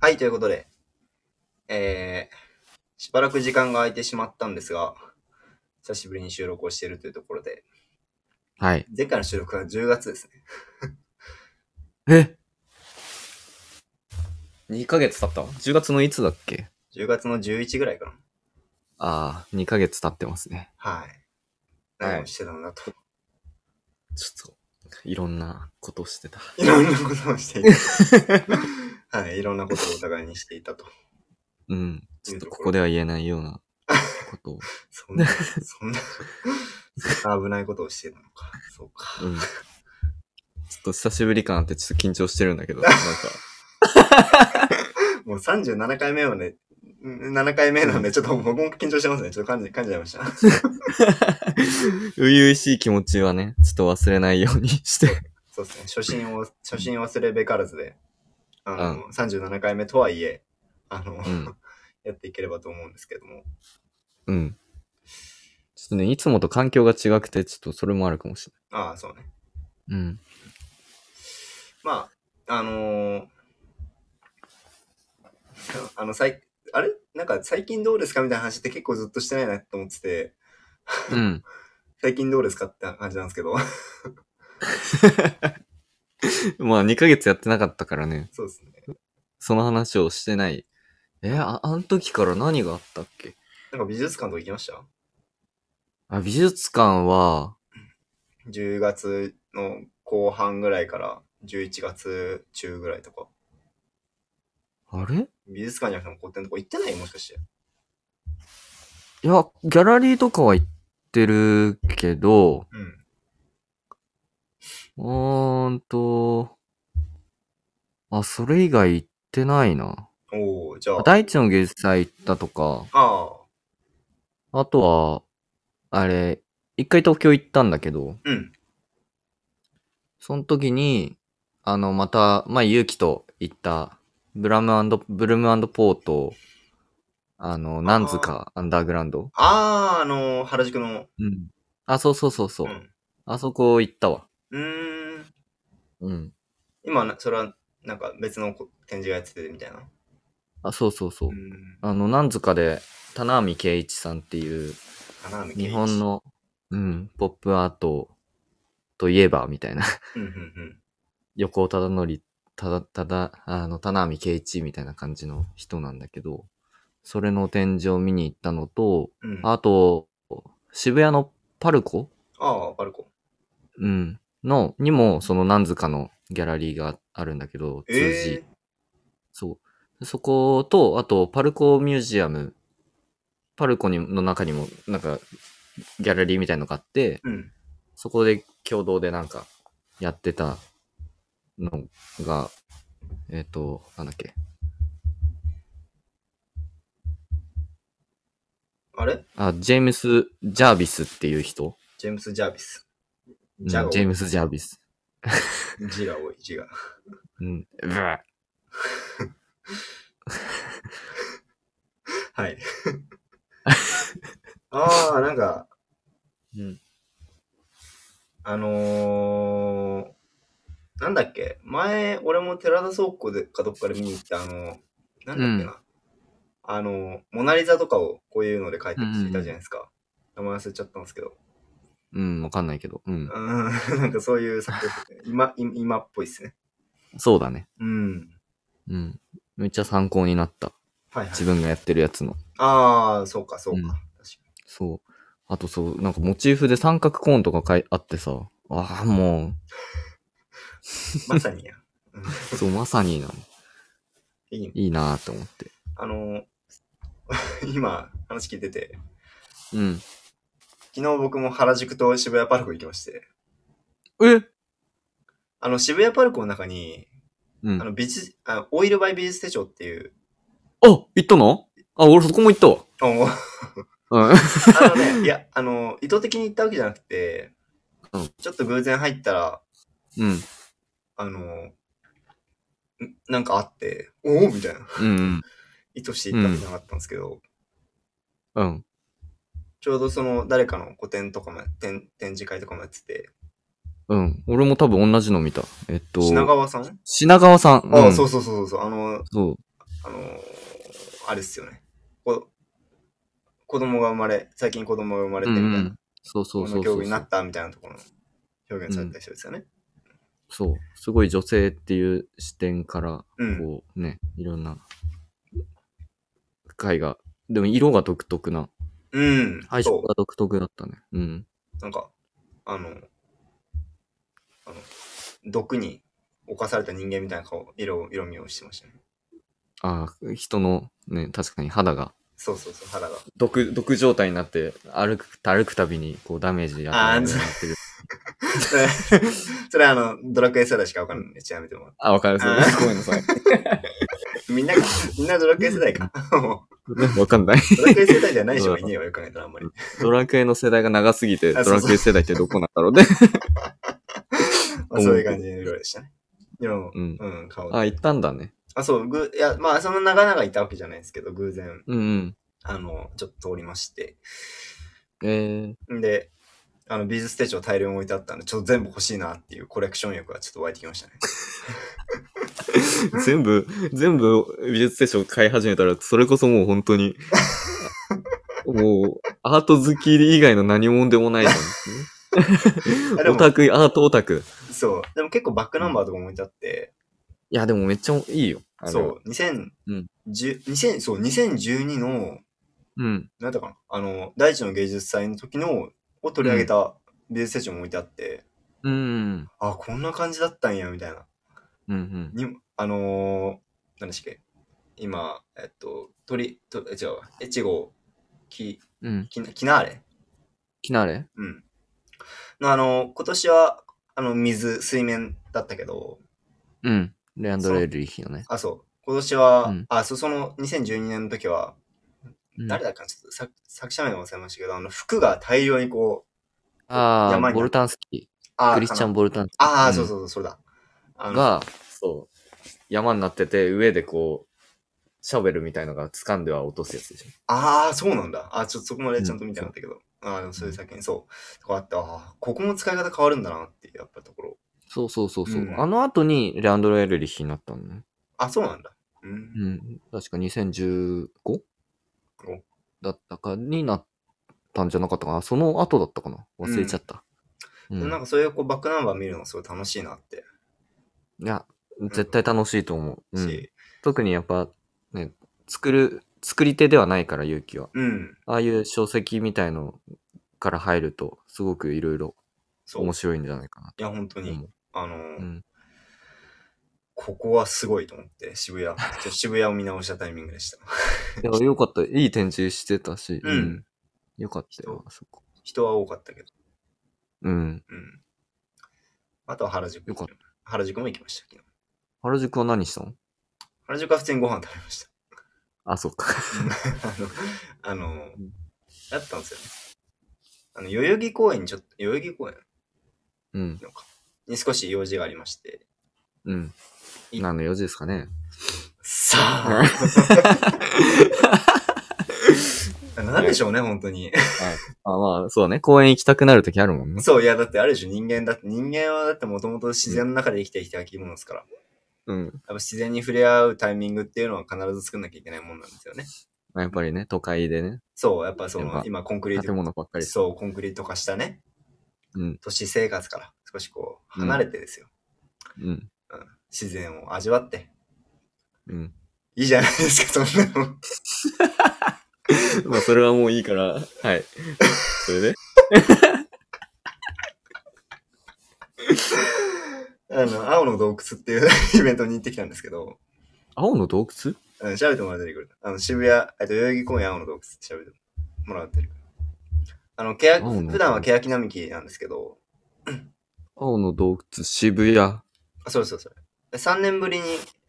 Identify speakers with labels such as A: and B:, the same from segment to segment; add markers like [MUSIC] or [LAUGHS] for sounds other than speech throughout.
A: はい、ということで、えー、しばらく時間が空いてしまったんですが、久しぶりに収録をしているというところで、
B: はい。
A: 前回の収録は10月ですね。
B: え ?2 ヶ月経ったの ?10 月のいつだっけ
A: 10月の11ぐらいかな。
B: ああ、2ヶ月経ってますね。
A: はい。
B: はい
A: 何をしてたんだと。
B: ちょっと、いろんなことをしてた。
A: い、ろんなことをしていた。はい、いろんなことをお互いにしていたと。
B: うん。ちょっとここでは言えないようなことを。
A: そんな、そんな、そんな危ないことをしてたのか。そうか。
B: うん。ちょっと久しぶりかなってちょっと緊張してるんだけど、なんか、
A: もう37回目をね、7回目なんで、ちょっと僕も緊張してますね。ちょっと感じ、感じちゃいました。
B: 初々しい気持ちはね、ちょっと忘れないようにして。
A: そうですね。初心を、初心忘れべからずで、あの、37回目とはいえ、あの、
B: ん
A: [LAUGHS] やっていければと思うんですけども。
B: うん。ちょっとね、いつもと環境が違くて、ちょっとそれもあるかもし
A: ああ、そうね。
B: れない。うん。
A: まあ、あのーあの、さい、あれなんか最近どうですかみたいな話って結構ずっとしてないなと思ってて、
B: うん。
A: 最近どうですかって感じなんですけど、 [LAUGHS]
B: まあ、2ヶ月やってなかったからね。
A: そうですね。
B: その話をしてない。え、あ、あの時から何があったっけ
A: なんか美術館とか行きました
B: あ、美術館は、
A: 10月の後半ぐらいから11月中ぐらいとか。
B: あれ
A: 美術館じゃなくてもこうやってんとこ行ってないもしかして。
B: いや、ギャラリーとかは行ってるけど、
A: うん。
B: うーんと、あ、それ以外行ってないな。
A: おおじゃあ。
B: 大地の芸術祭行ったとか、
A: ああ。
B: あとは、あれ、一回東京行ったんだけど、
A: うん。
B: その時に、あの、また、まあ、勇気と行った、ブラムブルームポート、あの、なんずかアンダーグラウンド。
A: ああ、あのー原宿の。
B: うん。あ、そうそうそうそう。
A: ん。
B: あそこ行ったわ。
A: うーん。
B: うん。
A: 今な、それは、なんか別のこ展示がやっててみたいな。
B: あ、そうそうそうう。
A: ん。
B: あの、なんずかで、田波圭一さんっていう、
A: 花見
B: 日本。の、うん、ポップアートといえば、みたいな。 [LAUGHS]
A: うん、うん、
B: 横尾忠則、ただ、ただ、あの、田波圭一みたいな感じの人なんだけど、それの展示を見に行ったのと、
A: うん。うん、あ
B: あと、渋谷のパルコ
A: あ、バルコ。
B: うん。の、にも、その、なんずかのギャラリーがあるんだけど、通じ。
A: え
B: そう。そこと、あと、パルコミュージアム、パルコにの中にも、なんか、ギャラリーみたいのがあって、
A: ー、うん。
B: そこで共同でなんか、やってたのが、えっ、と、なんだっけ。
A: あれ
B: あ、ジェームス・ジャービスっていう人。
A: ジェームス・ジャービス。
B: うん
A: ジャが多い
B: ジェームス・ジャービス。
A: 字が多い、字が。 [LAUGHS]
B: うん。うわ [LAUGHS]
A: はい。ああ、なんか、
B: うん。
A: あのー、なんだっけ前、俺も寺田倉庫でかどっかで見に行った、あの、なんだっけな。あの、モナリザとかをこういうので描いていたじゃないですか。名前忘れちゃったんですけど。
B: うん、わかんないけど。う
A: うん、 [LAUGHS]
B: ん。
A: なんかそういう作品、今、今今っぽいっすね。
B: そうだね。
A: うん。
B: うん。めっちゃ参考になった。
A: はいはい
B: 自。分がやってるやつの。
A: ああ、そうか、そうか。
B: うん
A: 確か
B: そう。あとそう、なんかモチーフで三角コーンとかかいあってさ、ああ、も
A: に。まさにや。うん
B: う、そう、まさになの。
A: いいね
B: いいなぁと思って。
A: あのー、 [LAUGHS] 今、話聞いてて、
B: うん。
A: 昨日僕も原宿と渋谷パルコ行きまして、
B: え
A: あの、渋谷パルコの中に、
B: う
A: あ
B: ん。あ、
A: の、美術、あオイルバイ美術手帳っていう、
B: 行ったのあ、俺そこも行った
A: あ
B: [LAUGHS]
A: の
B: わ。うん。
A: あのね、いや、あの、意図的に行ったわけじゃなくて、
B: うん
A: ちょっと偶然入ったら、
B: うん。
A: あの、んなんかあって、おおみたいな。
B: うん。
A: 意図して行ったわけじゃなかったんですけど、
B: うん。
A: ちょうどその、誰かの個展とかもや、展展示会とかもやってて、
B: うん。俺も多分同じの見た。えっと、
A: 品川さん、
B: 品川さん。
A: ああ、そううんそうそうそうそう、あの、
B: そう。
A: あのーあれっすよね。こ子供が生まれ、最近子供が生まれ
B: う
A: てみ
B: ん
A: た
B: う
A: いな、
B: ん。そうそう
A: こ
B: そ
A: の
B: うそ
A: 競
B: う
A: 技になったみたいなところの表現された人ですよね。
B: そう。すごい女性っていう視点から、
A: うん
B: こうね、いろんな絵画。でも色が独特な。
A: うん、
B: 配色
A: そ
B: が独特だったね。うん。
A: う。なんか、あの、あの、毒に侵された人間みたいな顔、色、色味をしてましたね。
B: ああ、人のね、確かに肌が
A: そうそうそう、肌が。 [LAUGHS]
B: 毒、毒状態になって、歩く、歩くたびに、こう、ダメージ与えるようになってる。
A: それそれはあの、ドラクエ世代しかわからないんで、ちなみにでも。
B: [LAUGHS] あ、わかる。そう
A: あー
B: ごめんなさい。
A: みんなが、みんなドラクエ世代か。も
B: [LAUGHS] わかんない。
A: うドラクエ世代じゃない人がいねえよ、よく考えたらあんまり。
B: ドラクエの世代が長すぎて、
A: あ
B: ド
A: そうそう
B: ラクエ世代ってどこなんだろうね。
A: まあ、そういう感じの色でしたね。色の、
B: [LAUGHS] うん。
A: うん、顔で
B: あ、行ったんだね。
A: あ、そう、ぐ、いや、まあ、その長々いたわけじゃないですけど、偶然、
B: うんうん。
A: あの、ちょっと通りまして。
B: え
A: んで、あの、ビーズステージを大量に置いてあったんで、ちょっと全部欲しいなっていうコレクション欲がちょっと湧いてきま
B: [LAUGHS]
A: したね。
B: ー、全部、全部美術ステーション買い始めたら、それこそもう本当に、 [LAUGHS] もう、アート好き以外の何もんでもないじゃ [LAUGHS]
A: あ
B: ん。
A: で
B: オ
A: も
B: タク、アートオタク。
A: そう。でも結構バックナンバーとかも置いてあって、
B: いや、でもめっちゃいいよ。あれは
A: そう、2010、
B: うん
A: 2000、そう、2012の、
B: うん。
A: なんだかな、あの、第一の芸術祭の時の、を取り上げたビーズステージも置いてあって、
B: うんうん。
A: あ、こんな感じだったんや、みたいな。
B: うんうん。
A: にあのー、何でしたっけ今、えっと、鳥、とえ違うわ、越後、き、
B: うん。
A: きな、きなあれ
B: きなれ
A: うん。のあのー、今年は、あの、水、水面だったけど、
B: うん。レアンドレールリヒのね。
A: あ、そう、今年は、
B: うん
A: あ、そその2012年の時は、
B: うん
A: 誰だっけなちょっと作作者名忘れましたけど、あの、服が大量にこう、
B: あ
A: 山
B: あ、
A: に
B: ボルタンスキ
A: あ
B: ー。
A: ー
B: クリスチャ
A: かな
B: ン・ボルタンスキー。
A: ああ、そう
B: う
A: そうそう、それだ。あ
B: ん。
A: の、
B: が、そう。山になってて、上でこう、シャベルみたいのが掴んでは落とすやつでしょ。
A: ああ、そうなんだ。あーちょっとそこまでちゃんと見てなかったけど、ああ、でもそういう作品、そう、とかあって、ああ、ここも使い方変わるんだなっていう、やっぱところ。
B: そうそうそうそう。
A: うん
B: あの後にレアンドロ・エルリヒになったのね。
A: あ、そうなんだ。うん。
B: うん。確か 2015? だったかになったんじゃなかったかな。その後だったかな。忘れちゃった。うん
A: なんかそういうこうバックナンバー見るのすごい楽しいなって。
B: いや、絶対楽しいと思う。うん
A: し、
B: 特にやっぱ、ね、作る、作り手ではないから、勇気は。
A: うん。
B: ああいう書籍みたいのから入ると、すごくいろいろ
A: そう。
B: 面
A: い
B: 白いんじゃないかな
A: や、本当
B: と思
A: に。
B: う。
A: あの
B: う
A: ー、
B: ん。
A: ここはすごいと思って、渋谷。ちょ渋谷を見直したタイミングでした。
B: いや、よかった。いい展示してたし。
A: うん
B: よかったよ、あそこ。
A: 人は多かったけど。
B: うん。
A: うん。あとは原宿
B: よかっ。
A: 原宿も行きました、昨日。
B: 原宿は何したの
A: 原宿は普通にご飯食べました。 [LAUGHS]
B: あ、そっか。 [LAUGHS]
A: あの、あの
B: うん、
A: やったんですよね。あの、代々木公園にちょっと、代々木公園
B: うん。
A: のかに少し用事がありまして。
B: うん。
A: い
B: 何の用事ですか [LAUGHS] ね。
A: さあ。なんでしょうね、本当に。 [LAUGHS]
B: あまあ、そうね。公園行きたくなるときあるもんね。
A: そう、いや、だってあるでしょ、人間だって、人間はだってもともと自然の中で生きてきた生き物ですから、やっ
B: うん。
A: ぱ自然に触れ合うタイミングっていうのは必ず作んなきゃいけないもんなんですよね。
B: まあやっぱりね、都会でね、
A: そう、やっぱそ
B: やっぱ
A: の、今コンクリー
B: 建
A: ト、
B: 物ばっかり。
A: そう、コンクリート化したね、
B: うん。
A: 都市生活から少しこう、離れてですよ、
B: うん。
A: 自然を味わって。
B: うん。
A: いいじゃないですか、そんなの。 [LAUGHS]
B: まあ、それはもういい [LAUGHS] から、はい。それで
A: あの、青の洞窟っていうイベントに行ってきたんですけど、
B: 青の洞窟
A: うん、調べてもらってくる。あの、渋谷、えっと、代々木公園青の洞窟って調べてもらってる。あの、けや、
B: 青の洞窟
A: 普段は欅並木なんですけど、
B: 青の洞窟、渋谷。
A: あ、そうそうそう。3年ぶりに、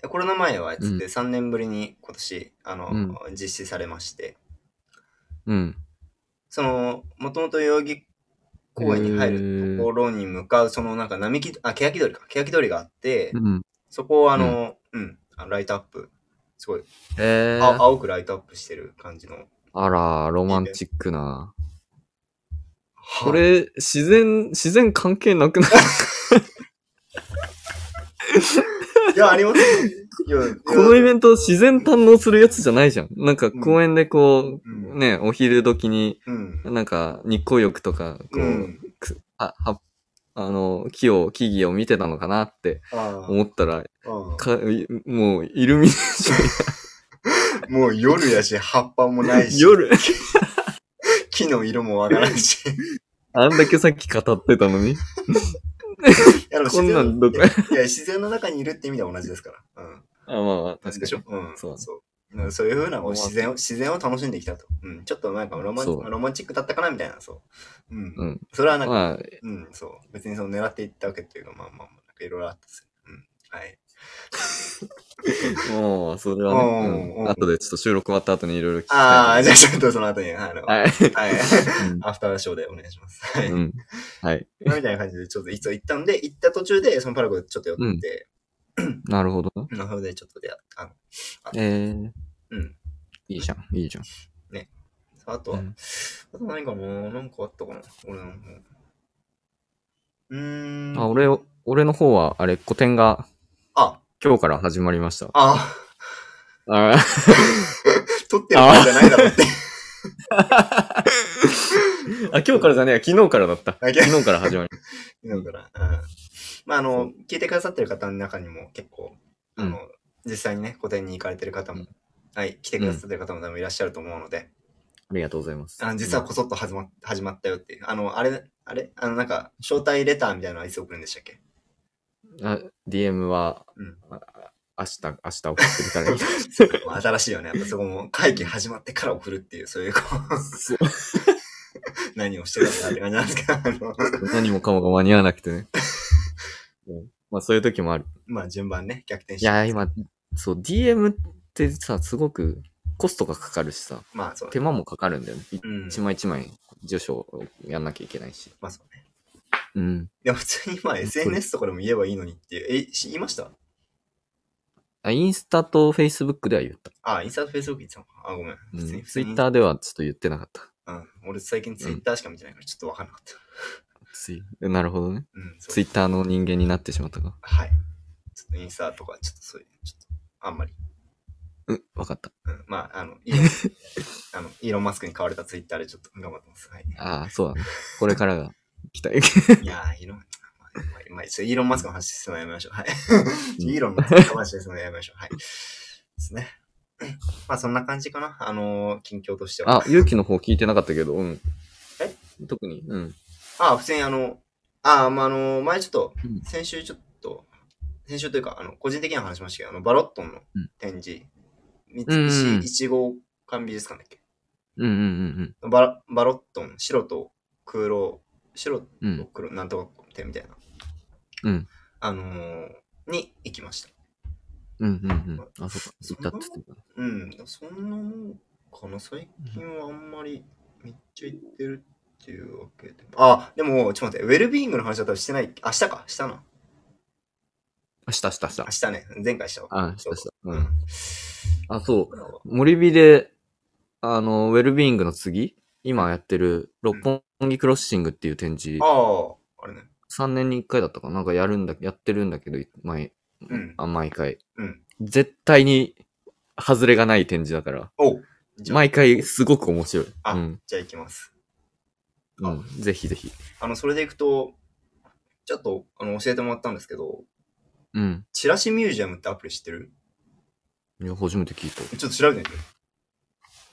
A: コロナ前はやってて、3年ぶりに今年、あの、
B: う
A: 実施されまして、
B: うん。
A: その、もともと代々木公園に入るところに向かう、そのなんか並木、あ、欅通りか、欅通りがあって、
B: うん。
A: そこをあの、うん、あのライトアップ、すごい、
B: え
A: あ
B: ー、
A: 青くライトアップしてる感じの。
B: あら、ロマンチックな。こ
A: こ
B: れ、自然、自然関係なくない
A: いや、ありますよいや、
B: [LAUGHS] このイベ
A: ン
B: ント自然堪能するやつじゃないじゃん。なんか公園でこ
A: う
B: う、
A: ん。
B: ね、お昼時に、
A: うん。
B: なんか日光浴とか、
A: う
B: こう、
A: ん。
B: あ、は、あの、木を、木々を見てたのかなって
A: ああ
B: 思ったら、
A: あ
B: かいもう、イルミネーシ
A: あ。もう夜やし、葉っぱもない
B: ョン、
A: し、
B: 夜、
A: [LAUGHS] 木の色もわからんし。い
B: [LAUGHS] あんだけさっき語ってたのに、
A: やでも
B: [LAUGHS] こんなんど
A: 自
B: こ
A: 然のいや、自然の中にいるって意味では同じですから。うん。
B: あ、まあまあ、確
A: で
B: か
A: しょ
B: に。
A: うん。
B: そうだね
A: そううんそういうふうなこう
B: 思わず
A: 自然を、自然を楽しんできたと。うん。ちょっとなんかロマン
B: そう
A: ロマンチックだったかなみたいな、そう。うん。
B: うん
A: それはなんか、
B: まあ、
A: うん、そう。別にその狙っていったわけっていうか、まあまあ、なんかいろいろあったですよ。うん。はい。
B: もう、それはね、
A: うん
B: うん後でちょっと収録終わった後にいろいろ聞きたいと
A: あ
B: 思
A: あ、
B: い
A: じ
B: ま
A: ゃあ
B: す。
A: ちょっとその後に、あの、はい。 [LAUGHS]
B: はい。
A: アフターショーでお願いします。はい。
B: [LAUGHS] うんうん。はい。
A: みたいな感じで、ちょっと一応行ったんで、行った途中で、そのパラゴでちょっと寄って、
B: なるほどな。
A: うん、それでちょっと出会った。あの
B: えー、
A: うん。
B: いいじゃん、いいじゃん。
A: そうあとは、
B: うん
A: あと何かななんかあったかな俺の。うーん。
B: あ、俺を、俺の方は、あれ、個展が
A: あ、
B: 今日から始まりました。
A: あ、
B: あ
A: 撮ってるからじゃないだろ
B: [LAUGHS]
A: うって。
B: あ、今日からじゃねえや、昨日からだった。
A: あ昨日
B: 昨日から始まりまし
A: だから。うんまあ、あの、聞いてくださってる方の中にも結構、あの、実際にね、個展に行かれてる方も、
B: うん
A: はい、来てくださってる方も多分いらっしゃると思うので、
B: た。ありがとうございます。
A: あの実はこそっと始まっ始まったよっていう。あの、あれ、あれあの、なんか、招待レターみたいなのはいつ送るんでしたっ
B: [LAUGHS]
A: け
B: あ、DM は、
A: うん
B: あ明日、明日送ってみたらいい。
A: まあ新しいよね。やっぱそこも会議始まってから送るっていう、そういうこう、
B: そう
A: [LAUGHS] 何をしてたんだって感じなんですけど、あの、
B: [LAUGHS] 何もかもが間に合わなく
A: [LAUGHS]
B: てね。うんまあそういう時もある。
A: まあ順番ね、逆転し
B: いや、今、そう、DM ってさ、すごくコストがかかるしさ、
A: まあそう
B: 手。間もかかるんだよね。
A: うん。
B: 一枚一枚、住所をやんなきゃいけないし。
A: まあそうね。
B: うん。
A: いや、普通にまあ SNS とかでも言えばいいのにっていう。え、し言いました
B: あ、インスタと Facebook では言った。
A: あ、インスタとフェイスブック言ってたのか。あ、ごめん。
B: う
A: 普通
B: ん、
A: に、普通に。
B: Twitter ではちょっと言ってなかった。
A: うん。俺最近ツイッターしか見てないからちょっとわかんなかった。
B: ツイなるほどね。
A: うん、そう
B: ツイッターの人間になってしまったか。
A: はい。ちょっとインスタとか、ちょっとそういう、ちょっと、あんまり。
B: うん、わかった。
A: うん。まあ、あの、イーロン
B: [LAUGHS]
A: あの、イーロンマスクに買われたツイッターでちょっと頑張ってます。はい。
B: ああ、そうだね。これからが期待。
A: いやー、イーロン、まあ、まあまあ、ちょイーロンマスクの話するのやめまし
B: [LAUGHS]
A: ょう。はい。
B: うん
A: イーロンマスクの話するのやめましょう。はい。ですね。まあ、そんな感じかな。あのー近況としては。
B: あ、勇気の方聞いてなかったけど、うん。
A: え
B: 特に、うん。
A: あ普通にあの、あ、まあ、あの、前ちょっと
B: うん、
A: 先週ちょっと、先週というか、あの、個人的には話しましたけど、あの、バロットンの
B: うん
A: 展示、三
B: うんうん
A: 菱一号館美術館だっけ
B: うんうん
A: バラバロットン、白と黒、白と
B: うんうん。うん。
A: 黒、なんとか展みたいな、
B: うん。
A: あのーに行きました。
B: うんうんうん。あ、そうか。行ったっつってた。
A: うん、そんなもんかな。最近はあんまりめっちゃ行ってるっていうわけでも。あ、でも、ちょっと待って、ウェルビーイングの話は多分してない。明日か、したな。
B: あ、したしたした
A: 明。日ね、前回したわ。
B: あ、したし
A: そ
B: た
A: う。
B: う。
A: うんん。
B: あ、そう。森火で、あの、ウェルビーイングの次今やってる、六本木クロッシングっていう展示
A: あ、あ、あれね。
B: 3年に1回だったかななんかやるんだ、やってるんだけど、毎、
A: うん。
B: あ毎回。
A: うん。
B: 絶対に、外れがない展示だから。
A: おじゃあ
B: 毎回すごく面白い。
A: あ
B: うん。
A: じゃあ行きます。
B: う
A: あ
B: ん。ぜひぜひ。
A: あの、それで行くと、ちょっとあの教えてもらったんですけど、
B: うん。
A: チラシミュージアムってアプリ知ってる
B: いや、初めて聞いた。
A: ちょっと調べてみて。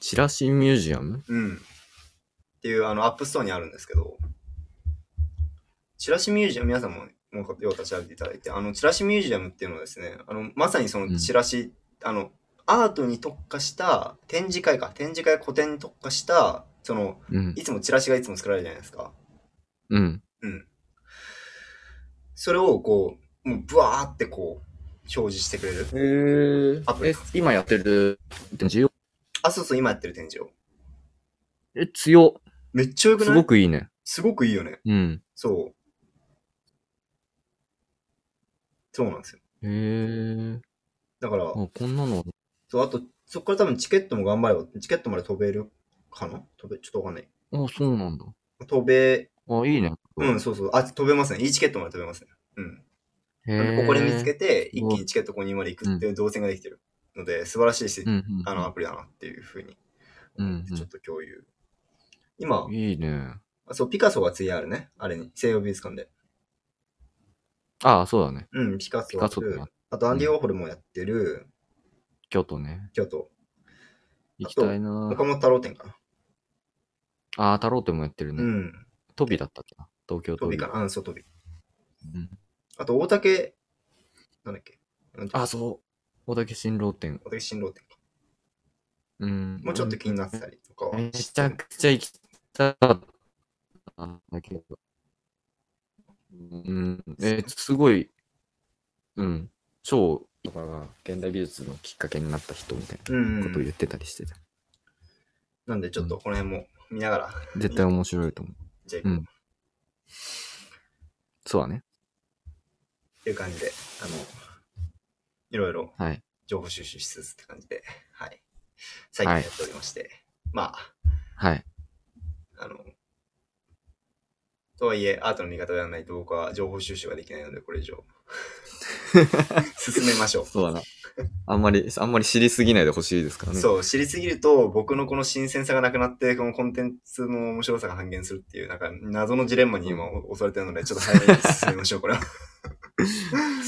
B: チラシミュージアム
A: うん。っていう、あの、アップストアにあるんですけど、チラシミュージアム、皆さんも、もうよかったら調べていただいて、あの、チラシミュージアムっていうのはですね、あの、まさにそうの
B: ん
A: チラシ、あの、アートに特化した展示会か、展示会古典に特化した、その、
B: うん
A: い。つもチラシがいつも作られるじゃないですか。
B: うん。
A: うん。それを、こう、もう、ブワーってこう、表示してくれる。
B: えー
A: アプリ
B: え、今やってる展示よ。
A: あ、そうそう、今やってる展示を。
B: え、強。
A: めっちゃよく
B: す
A: な
B: ご
A: い
B: くいいね。
A: すごくいいよね。
B: うん。
A: そう。そうなんですよ。
B: へえー。
A: だから、
B: あ、こんなの。
A: そうあと、そこから多分チケットも頑張れば、チケットまで飛べるかな飛べ、ちょっとわかんない。
B: あ、そうなんだ。
A: 飛べ、
B: あ、いいね。
A: うん、そうそう。あ、飛べますね。いいチケットまで飛べますね。うん。なんでここで見つけて、
B: て。
A: 一気にチケット購入まで行くっていう動線ができてるので、素晴らしいし、
B: うんうんうん、
A: あの、アプリだなっていうふうに
B: うん
A: 思って
B: うん
A: ちょっと共有。今、
B: いいね。
A: そう、ピカソが次あるね。あれに、西洋美術館で。
B: ああ、そうだね。
A: うん、ピカソ
B: ピカソと
A: あ
B: な
A: るあと、アンディ・ウォーホルもやってる、
B: 京都ね。
A: 京都、
B: 行きたいな
A: 岡本太郎展かな。
B: ああ、太郎店もやってる
A: う
B: ね。
A: ん、
B: 飛びだったっけな。東京
A: 飛
B: 飛
A: び
B: び。
A: かな。うん、そう、飛び。
B: うん
A: あと、大竹、なんだっけ。なんていうの
B: あ、そう。大竹新郎店。
A: 大竹新郎展か。
B: うん。
A: もうちょっと気になってたりとかは
B: めちゃくちゃ行きたかったんだけど。うん。えーすごい、うん。超、だから、現代美術のきっかけになった人みたい
A: うんうん
B: なことを言ってたりしてた。
A: なんで、ちょっとこの辺も見ながら、
B: 絶対面白いと思う。
A: じゃあ行こう。
B: うんそうだね。
A: っていう感じで、あの、いろいろ
B: はい。
A: 情報収集しつつって感じで、はい。最近やっておりまして、ま
B: はい。
A: あ、あの、とはいえ、アートの見方ではないと僕は情報収集ができないので、これ以
B: [LAUGHS]
A: 上、進めましょ
B: そうだな。あんまり、あんまり知りすぎないでほしいですから
A: う。
B: ね。う。
A: そう、知りすぎると、僕のこの新鮮さがなくなって、このコンテンツの面白さが半減するっていう、なんか、謎のジレンマに今襲われてるので、ちょっと早めに進めましょう、これは。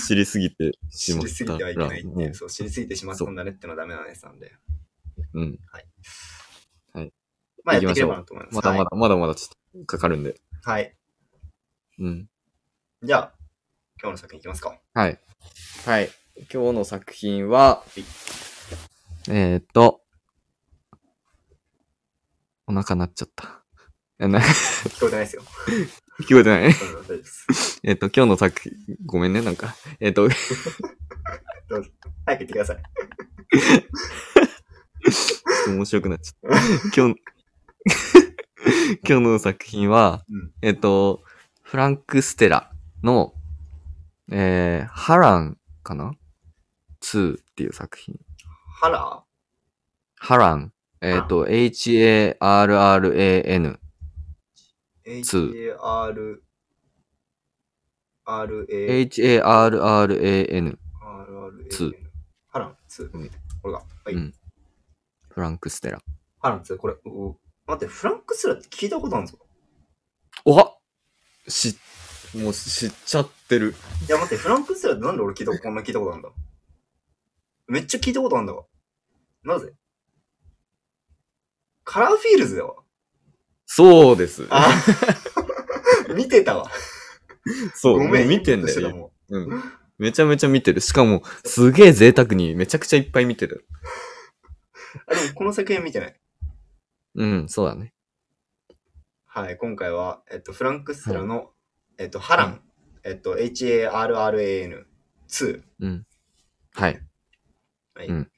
B: 知りすぎてし
A: 知
B: まっ
A: りす
B: た
A: ぎ
B: ら。
A: てはいけないってい
B: も
A: う、そう、知りすぎてしまったんだねってのはダメなやつなんで。
B: ううん。
A: まあ、やっていければなと思います。
B: まだまだ、まだまだちょっとかかるんで。
A: はい。はい。
B: うん。
A: じゃあ、今日の作品いきますか。
B: はい。はい。今日の作品は、えー、っと、お腹鳴っちゃった。え [LAUGHS] な聞
A: 聞こえてないですよ。
B: こえてない
A: うん大丈夫です。
B: えーっと、今日の作品、ごめんね、なんか。えーっと、 [LAUGHS]
A: 早く言ってください。
B: 面白くなっちゃった。 [LAUGHS] 今日の、今日の作品は、
A: うん
B: えっと、フランク・ステラの、えー、ハランかな ?2 っていう作品。
A: ハラ
B: ハラン。えっ、と、H-A-R-R-A-N。
A: ー ?H-A-R R-A
B: H-A-R-R-A-N。
A: R-R-A
B: ツー
A: ハラン2
B: うん。
A: これが。は
B: う
A: い
B: ん。フランク・ステラ。
A: ハラン2、これ。うう待って、フランクスラって聞いたことあるんですか
B: おはし、もう知っちゃってる。
A: いや、待って、フランクスラってなんで俺聞いたこと、こんな聞いたことあるんだめっちゃ聞いたことあるんだわ。なぜカラーフィールズだ
B: [LAUGHS]
A: わ。
B: そうです。
A: あ見てたわ。
B: そう、
A: ごめん。
B: もう見てんだ
A: インプットして
B: よ
A: た、もん
B: うん。めちゃめちゃ見てる。しかも、すげえ贅沢にめちゃくちゃいっぱい見てる。
A: あ、でもこの作品は見てない。
B: うん、そうだね。
A: はい、今回は、えっと、フランク・ステラの、えっと、ハラン、えっと、HARRAN2。
B: うん。はい。
A: はい。
B: うん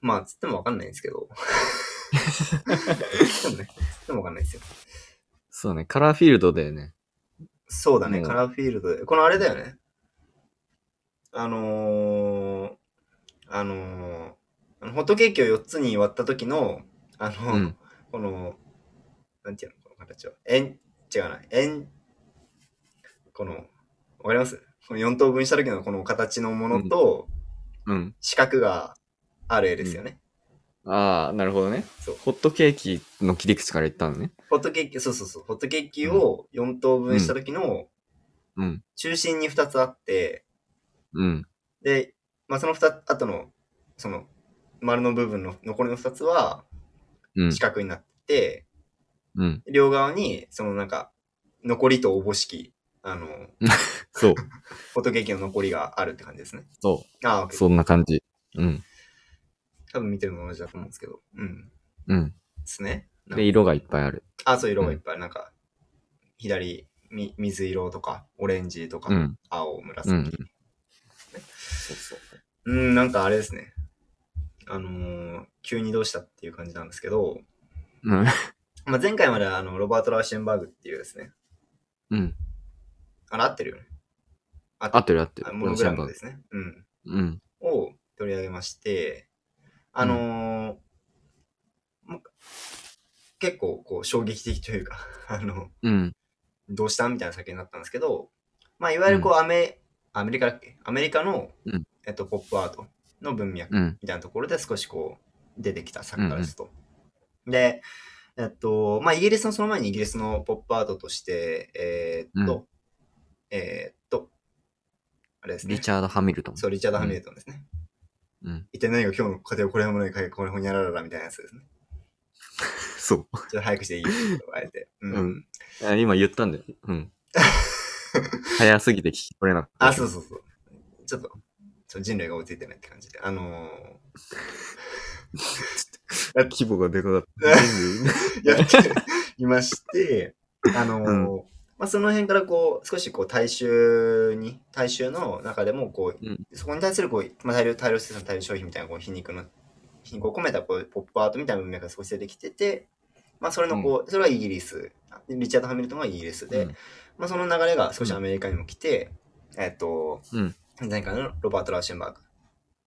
A: まあ、つってもわかんないんですけ
B: [LAUGHS]
A: ど。でもね、つってもわかんないですよ。
B: そうだね。カラーフィールドだよね。
A: そうだね、
B: うん
A: カラーフィールドで。このあれだよね。あのー、あのーあの、ホットケーキを4つに割った時の、あの、
B: うん
A: この、なんていうの、この形は。円、違うな、円、この、わかりますこの4等分した時のこの形のものと、
B: うん。
A: 四角がある絵ですよね。
B: ああ、なるほどね。
A: そう
B: ホットケーキの切り口から言ったのね。
A: ホットケーキ、そうそうそう、ホットケーキを4等分した時の
B: うん。
A: 中心に2つあって、
B: うん。
A: で、まあ、その二つ、あとの、その、丸の部分の残りの二つは
B: うん
A: 四。角になって、
B: うん。
A: 両側に、そのなんか、残りとおぼしき、あの、
B: そう。
A: フォトケーキの残りがあるって感じですね。
B: そ
A: ああ、
B: う。
A: OK
B: そんな感じ。うん。
A: 多分見てるの同じだと思うんですけど。うん。
B: うん。
A: ですね。なん
B: で、
A: か
B: 色がいっぱいある。
A: あ、そう、色がいっぱい。なんか、左、み、水色とか、オレンジとか、
B: うん。
A: 青、
B: う
A: 紫。
B: ん。
A: そうそう。うん、なんかあれですね。あのー急にどうしたっていう感じなんですけど、
B: う
A: ま
B: ん。
A: あ、前回まではあのロバート・ラウシェンバーグっていうですね、
B: うん。
A: あれ合ってるよね。合
B: 合ってる合ってる。
A: モノグラムですね。うん。
B: うん。
A: を取り上げまして、あのーもう結構こう衝撃的というか、あの、 [LAUGHS]
B: うん。
A: どうしたみたいな作品だったんですけど、まあ、いわゆるこう、アメ、アメリカだっけアメリカの、
B: うん
A: えっと、ポップアートの文脈
B: うん。
A: みたいなところで少しこう出てきた作家ですと。で、えっと、まあ、イギリスのその前にイギリスのポップアートとして、えーっと、
B: う
A: えーっと、あれですね。
B: リチャード・ハミルトン。
A: そう、リチャード・ハミルトンですね。
B: うん。
A: 一体何が今日の家庭をこれもないかこれほにゃらららみたいなやつですね。
B: そ
A: ち
B: う。
A: ょっと早くしていいよって言われて。うん。
B: うんあ今言ったんだよ。 [LAUGHS] うん。早すぎて聞き取れなかった。
A: あ、そう
B: う。
A: そうそう。ちょっと、ちょっと人類が追いついてないって感じで。あのー、
B: 規模がでかかった。
A: やっていまして、あのーまあ、その辺からこう、少しこう、大衆に、大衆の中でも、こう、
B: うん
A: そこに対するこう、まあ、大量、大量生産、大量消費みたいな、こう、皮肉の、皮肉を込めた、こう、ポップアートみたいな文脈が少し出てきてて、まあ、それのこう、それはイギリス、リチャード・ハミルトンはイギリスで、
B: うん
A: まあ、その流れが少しアメリカにも来て、えっと、
B: うん
A: 前回のロバート・ラウシェンバーグ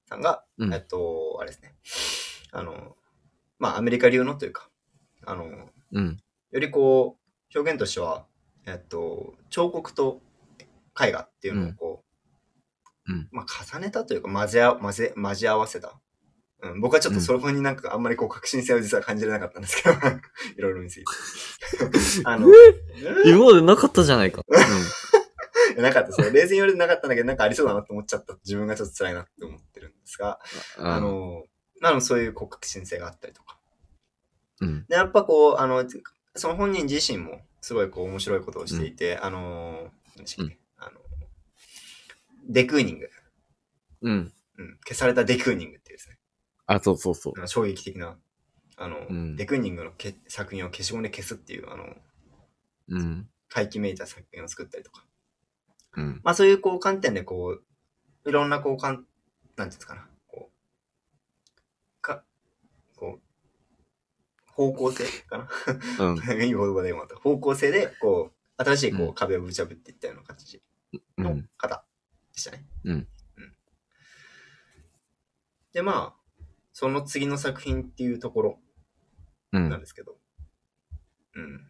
A: さんが、
B: うん
A: えっと、あれですね、あの、まあ、アメリカ流のというか、あの、
B: うん。
A: よりこう表現としては、えっと、彫刻と絵画っていうのをこう、
B: うんうん
A: まあ、重ねたというか混ぜあ混ぜ混じ合わせた、うん、僕はちょっとそこになんかあんまりこう革新性を実は感じれなかったんですけど [LAUGHS] いろいろ
B: [LAUGHS]
A: 見すぎてあのうん
B: 今までなかったじゃない [LAUGHS] か。
A: なかった
B: [LAUGHS]
A: ですよレーズンよりなかったんだけどなんかありそうだなと思っちゃった自分がちょっと辛いなって思ってるんですが、
B: うん。
A: あ、のなのそういうこう革新性があったりとか
B: うん。
A: でやっぱこうあのその本人自身もすごいこう面白いことをしていて、あのー何でしたっけ、あのデクーニング、
B: うん。
A: うん、消されたデクーニングっていうですね
B: あ、そうそうそう
A: あ。の衝撃的なあの、
B: うん
A: デクーニングのけ作品を消しゴムで消すっていうあの
B: うん。
A: 回帰めいた作品を作ったりとか、
B: うん。
A: まあ、そういうこう観点でこういろんなこうかんなんていうんですかなこうかこう方向性かな [LAUGHS]
B: うん。
A: いい言葉で今と方向性でこう新しいこ
B: う
A: う壁をぶち破っていったような形
B: う
A: の
B: ん。
A: 方でしたね。
B: うん
A: でまあその次の作品っていうところ
B: う
A: なん
B: ん。
A: ですけど、うん、うん、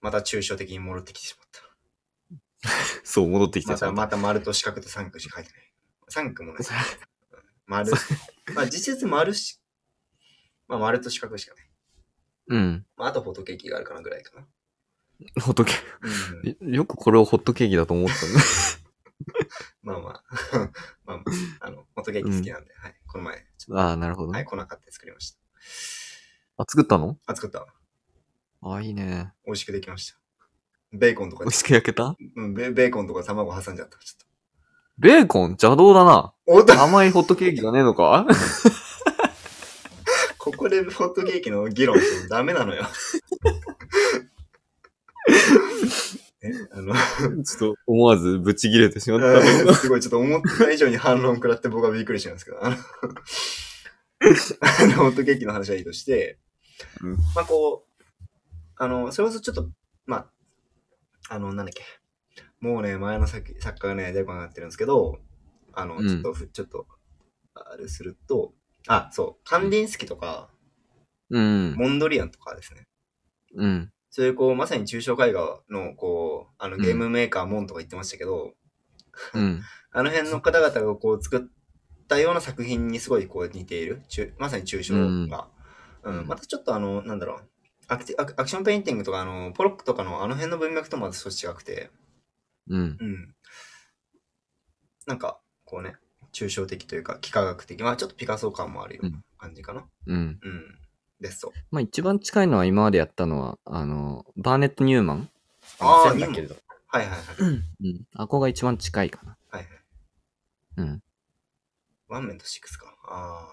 A: また抽象的に戻ってきてしまった。
B: そう、戻ってき
A: ま
B: た。
A: たまた丸と四角と三角しか書いてない。三角もない。丸、まあ実質丸し、まあ丸と四角しかない。
B: うん。
A: まああとホットケーキがあるかなぐらいかな。
B: ホットケ
A: うん
B: ーキ。よくこれをホットケーキだと思ったね。
A: まあ [LAUGHS] まあ、まあまあ、あの、ホットケーキ好きなんで、はい、この前、ちょっ
B: ああ、なるほど
A: と、はい、
B: ね。
A: 粉買って作りました。
B: あ、作ったの
A: あ、作った。
B: あ、いいね。
A: 美味しくできました。ベーコンとか
B: 美味、しく焼けた
A: うん、ベベーコンとか卵挟んじゃった。ち
B: ベーコン邪道だな。
A: ょっと。おっと、
B: 甘いホットケーキがねえのか
A: ここでホットケーキの議論してもダメなのよ。 [LAUGHS] えあの、
B: [LAUGHS] ちょっと思わずブチ切れてしまった。
A: すごい、ちょっと思った以上に反論食らって僕はびっくりしたんですけど、あの、 [LAUGHS] あのホットケーキの話はいいとして、
B: うん
A: まあこう、あの、それこそちょっと、まあ、あの、なんだっけ、もうね、前の作作家がね、出番になってるんですけど、あの、
B: うん
A: ちょっとふ、ちょっと、あれすると、あ、そう、カンディンスキとか、
B: [LAUGHS] うん。
A: モンドリアンとかですね、
B: うん。
A: そういうこう、まさに抽象絵画の、こう、あの、ゲームメーカーモンとか言ってましたけど、
B: うん。
A: あの辺の方々がこう作ったような作品にすごいこう似ている。中まさに抽象が、うん
B: うん
A: またちょっとあの、なんだろう。アクティアクアクションペインティングとかあのポロックとかのあの辺の文脈とまた少し違くて、
B: うん。
A: うん、なんかこうね抽象的というか幾何学的まあちょっとピカソ感もあるような感じかな、
B: うん。
A: うんですと
B: まあ一番近いのは今までやったのは、あの、バーネット・ニューマン。
A: あー
B: の線だけれど。
A: はいはいはい
B: うん。あこが一番近いかな。
A: はいはい
B: うん。
A: ワンメンとシックスかああ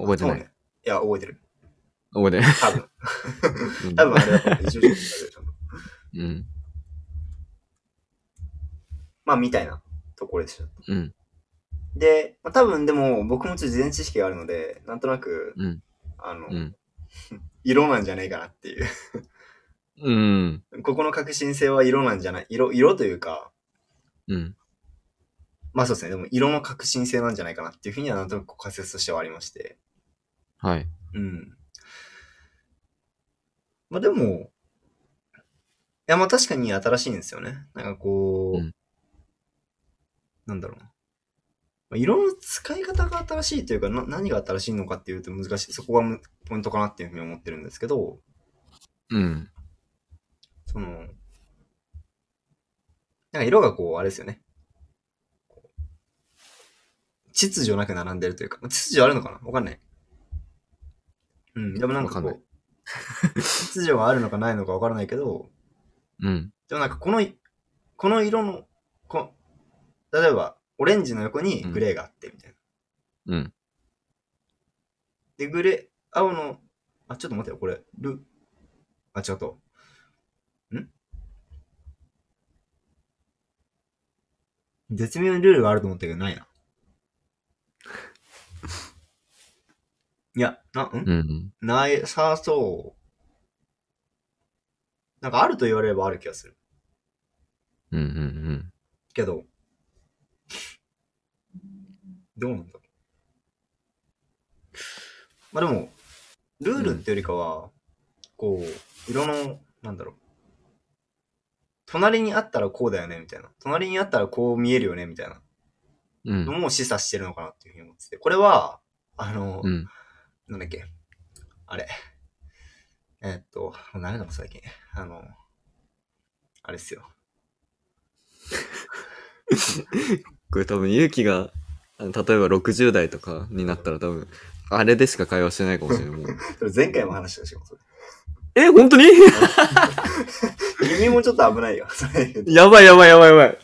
B: 覚えてない。
A: いいや覚えてる
B: 覚えてない。
A: 多分
B: [LAUGHS] うん
A: 多分あれだと思う一応言ってたけど
B: うん。
A: まあ、みたいなところでした。
B: うん。
A: で、まあ、多分でも、僕もちょっと事前知識があるので、なんとなく、
B: うん。
A: あの、
B: うん。
A: 色なんじゃないかなっていう。 [LAUGHS]
B: うん。
A: ここの革新性は色なんじゃない、色、色というか、
B: うん。
A: まあそうですね、でも色の革新性なんじゃないかなっていうふうにはなんとなくこう仮説としてはありまして。
B: はい。
A: うん。まあでも、や、まあ確かに新しいんですよね。なんかこう、
B: うん
A: なんだろうな。まあ、色の使い方が新しいというか、な何が新しいのかっていうと難しい。そこがむポイントかなっていうふうに思ってるんですけど、
B: うん。
A: その、なんか色がこう、あれですよね。秩序なく並んでるというか、まあ秩序あるのかなわかんない。うん、でもなんかこ
B: わかんな
A: う、 [LAUGHS] 秩序があるのかないのかわからないけど、
B: うん。
A: でもなんかこのい、この色の、こ例えば、オレンジの横にグレーがあって、みたいな。
B: うん。
A: で、グレー、青の、あ、ちょっと待ってよ、これ、ル、あ、違った。ん絶妙にルールがあると思ったけど、ない [LAUGHS] な。いや、な、ん
B: うん。
A: ない、さそう。なんかあると言われればある気がする。
B: うん。うん。
A: けど、どうなんだろう。まあでも、ルールってよりかは、こう、色の、なんだろう。隣にあったらこうだよね、みたいな。隣にあったらこう見えるよね、みたいな
B: う
A: の
B: ん。
A: も示唆してるのかなっていうふうに思ってて。これは、あの、
B: うん。
A: なんだっけ。あれ。えーっと、何だろう、最近。あの、あれっすよ。
B: これ多分、勇気が、あの例えば60代とかになったら多分、あれでしか会話してないかもしれない。もう
A: それ前回も話したしも、それ。
B: え、本当に
A: 君もちょっと危ないよ。それ
B: やばいやばいやばいやばい。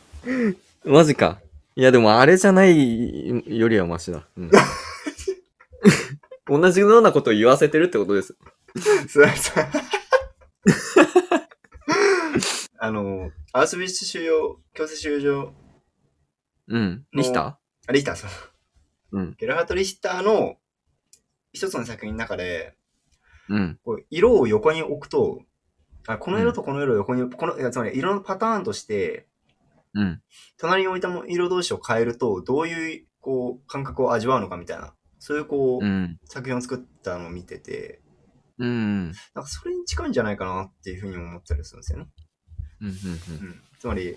B: マジか。いやでもあれじゃないよりはマシだ。うん、 [LAUGHS] 同じようなことを言わせてるってことです。
A: すいません。あの、アウスビッシュ収容、強制収容所、
B: うん。リヒタ
A: あ、リヒターさん。
B: うん。
A: ゲルハート・リヒターの一つの作品の中で、
B: ーうん。
A: こう色を横に置くと、あこの色とこの色を横に、この、いやつまり色のパターンとして、
B: うん。
A: 隣に置いたも色同士を変えると、どういう、こう、感覚を味わうのかみたいな、そういう、こう、
B: うん。
A: 作品を作ったのを見てて、
B: うん。うん。
A: なんかそれに近いんじゃないかなっていうふうに思ったりするんですよね。
B: うん。うん
A: うんつまり、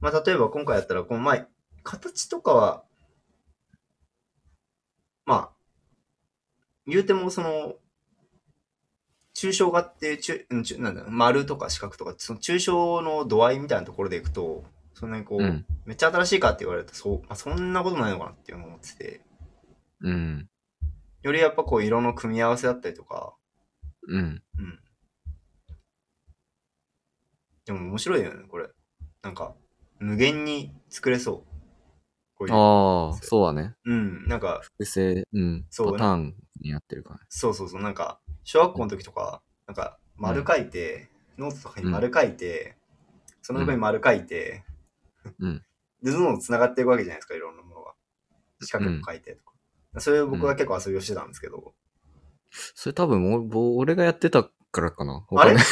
A: まあ、例えば今回やったら、この前、形とかは、まあ、言うてもその、抽象画って中、うん中なんだろう丸とか四角とか、その抽象の度合いみたいなところでいくと、そんなにこう、
B: うん。
A: めっちゃ新しいかって言われると、そう、まあ、そんなことないのかなっていうのを思ってて、
B: うん。
A: よりやっぱこう、色の組み合わせだったりとか、
B: うん。
A: うん。でも面白いよね、これ。なんか、無限に作れそう。こういう。
B: ああ、そうだね。
A: うん、なんか、
B: 不正、うん。
A: そう
B: パターンになってるからね。
A: そうそうそう、なんか、小学校の時とか、なんか、丸書いて、ノートとかに丸書いて、その上に丸書いて、
B: うん。
A: [LAUGHS] で、どんどん繋がっていくわけじゃないですか、いろんなものが。四角く書いてとか。それを僕は結構遊びをしてたんですけど。
B: それ多分おぼ、俺がやってたからかな。
A: あれ [LAUGHS]
B: わかんない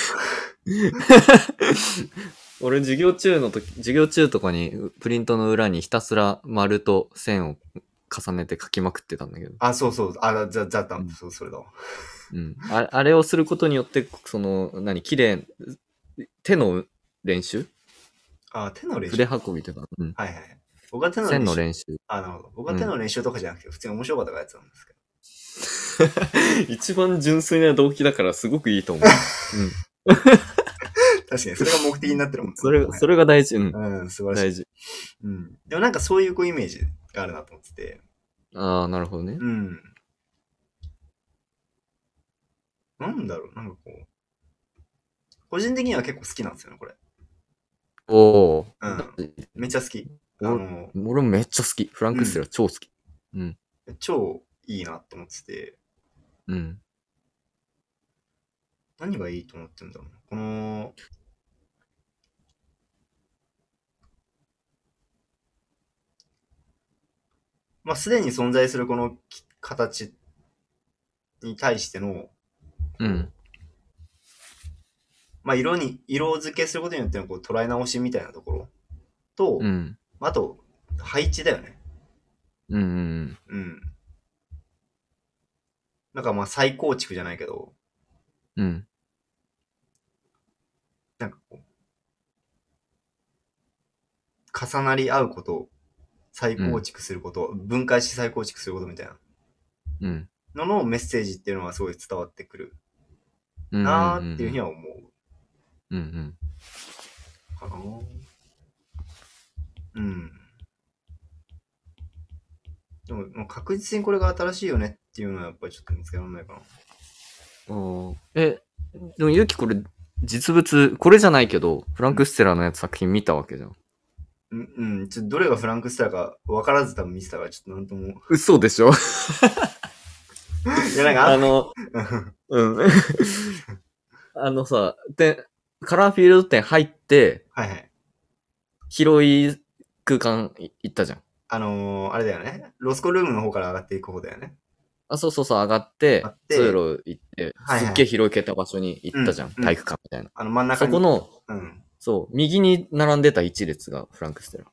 B: 俺、授業中の時、授業中とかに、うプリントの裏にひたすら丸と線を重ねて書きまくってたんだけど。
A: あ、そうそう、あ、じゃ、じゃった
B: うん、
A: そう、それだわ。
B: うん。ああれをすることによって、その、何、綺麗、手の練習
A: あ、手の練習。
B: 筆
A: はい
B: 運びとか、うん。
A: はいはい。僕は手の
B: 線
A: 練
B: の
A: 習。
B: 練習。
A: あ、なるほど。僕は手の練習とかじゃなくて、普通に面白かったからやつなんですけど。
B: 一番純粋な動機だから、すごくいいと思う。うん。
A: 確かに、それが目的になってるもん、ね、
B: それ、それが大事。うん。
A: うん、素晴らしい。
B: 大事。
A: うん。でもなんかそういうこうイメージがあるなと思ってて。
B: ああ、なるほどね。
A: うん。なんだろう、なんかこう。個人的には結構好きなんですよね、これ。
B: おお。
A: うん。めっちゃ好き。あの、
B: 俺もめっちゃ好き。フランクステラ超好き。うん。
A: 超いいなと思ってて。
B: うん。
A: 何がいいと思ってるんだろうなこの、まあ、すでに存在するこのき形に対しての、
B: うん。
A: まあ、色に、色付けすることによってのこう捉え直しみたいなところと、
B: うん。
A: まああと、配置だよね。
B: うん。うん。
A: うん。なんかまあ再構築じゃないけど、
B: うん。
A: なんかこう、重なり合うことを再構築すること、分解し再構築することみたいな
B: うん。
A: ののメッセージっていうのはすごい伝わってくる
B: うん。
A: なーっていうふうに
B: は。
A: は思う
B: うんうん。
A: かな。うん。でも、もう確実にこれが新しいよねっていうのはやっぱりちょっと見つけられないかな。
B: おーえ、でもゆうきこれ、実物、これじゃないけど、フランク・ステラーのやつ作品見たわけじゃん。
A: うん、うん、ちょっとどれがフランクスターか分からず多分見てたから、ちょっとなんと
B: [LAUGHS]
A: も。
B: 嘘でしょ
A: いや、なんか、[LAUGHS]
B: あの、うん。あのさ、で、カラーフィールド店入って、
A: はいはい。
B: 広い空間い行ったじゃん。
A: あのー、あれだよね。ロスコルームの方から上がっていく方だよね。
B: あ、そうそうそう、上がって
A: 上がっ、て
B: 通路行って、
A: はいはい
B: すっげえ広いけた場所に行ったじゃん。
A: うんうん
B: 体育館みたいな。
A: あの真ん中
B: そ
A: に。
B: この、
A: うん。
B: そう、右に並んでた一列がフランク・ステラー。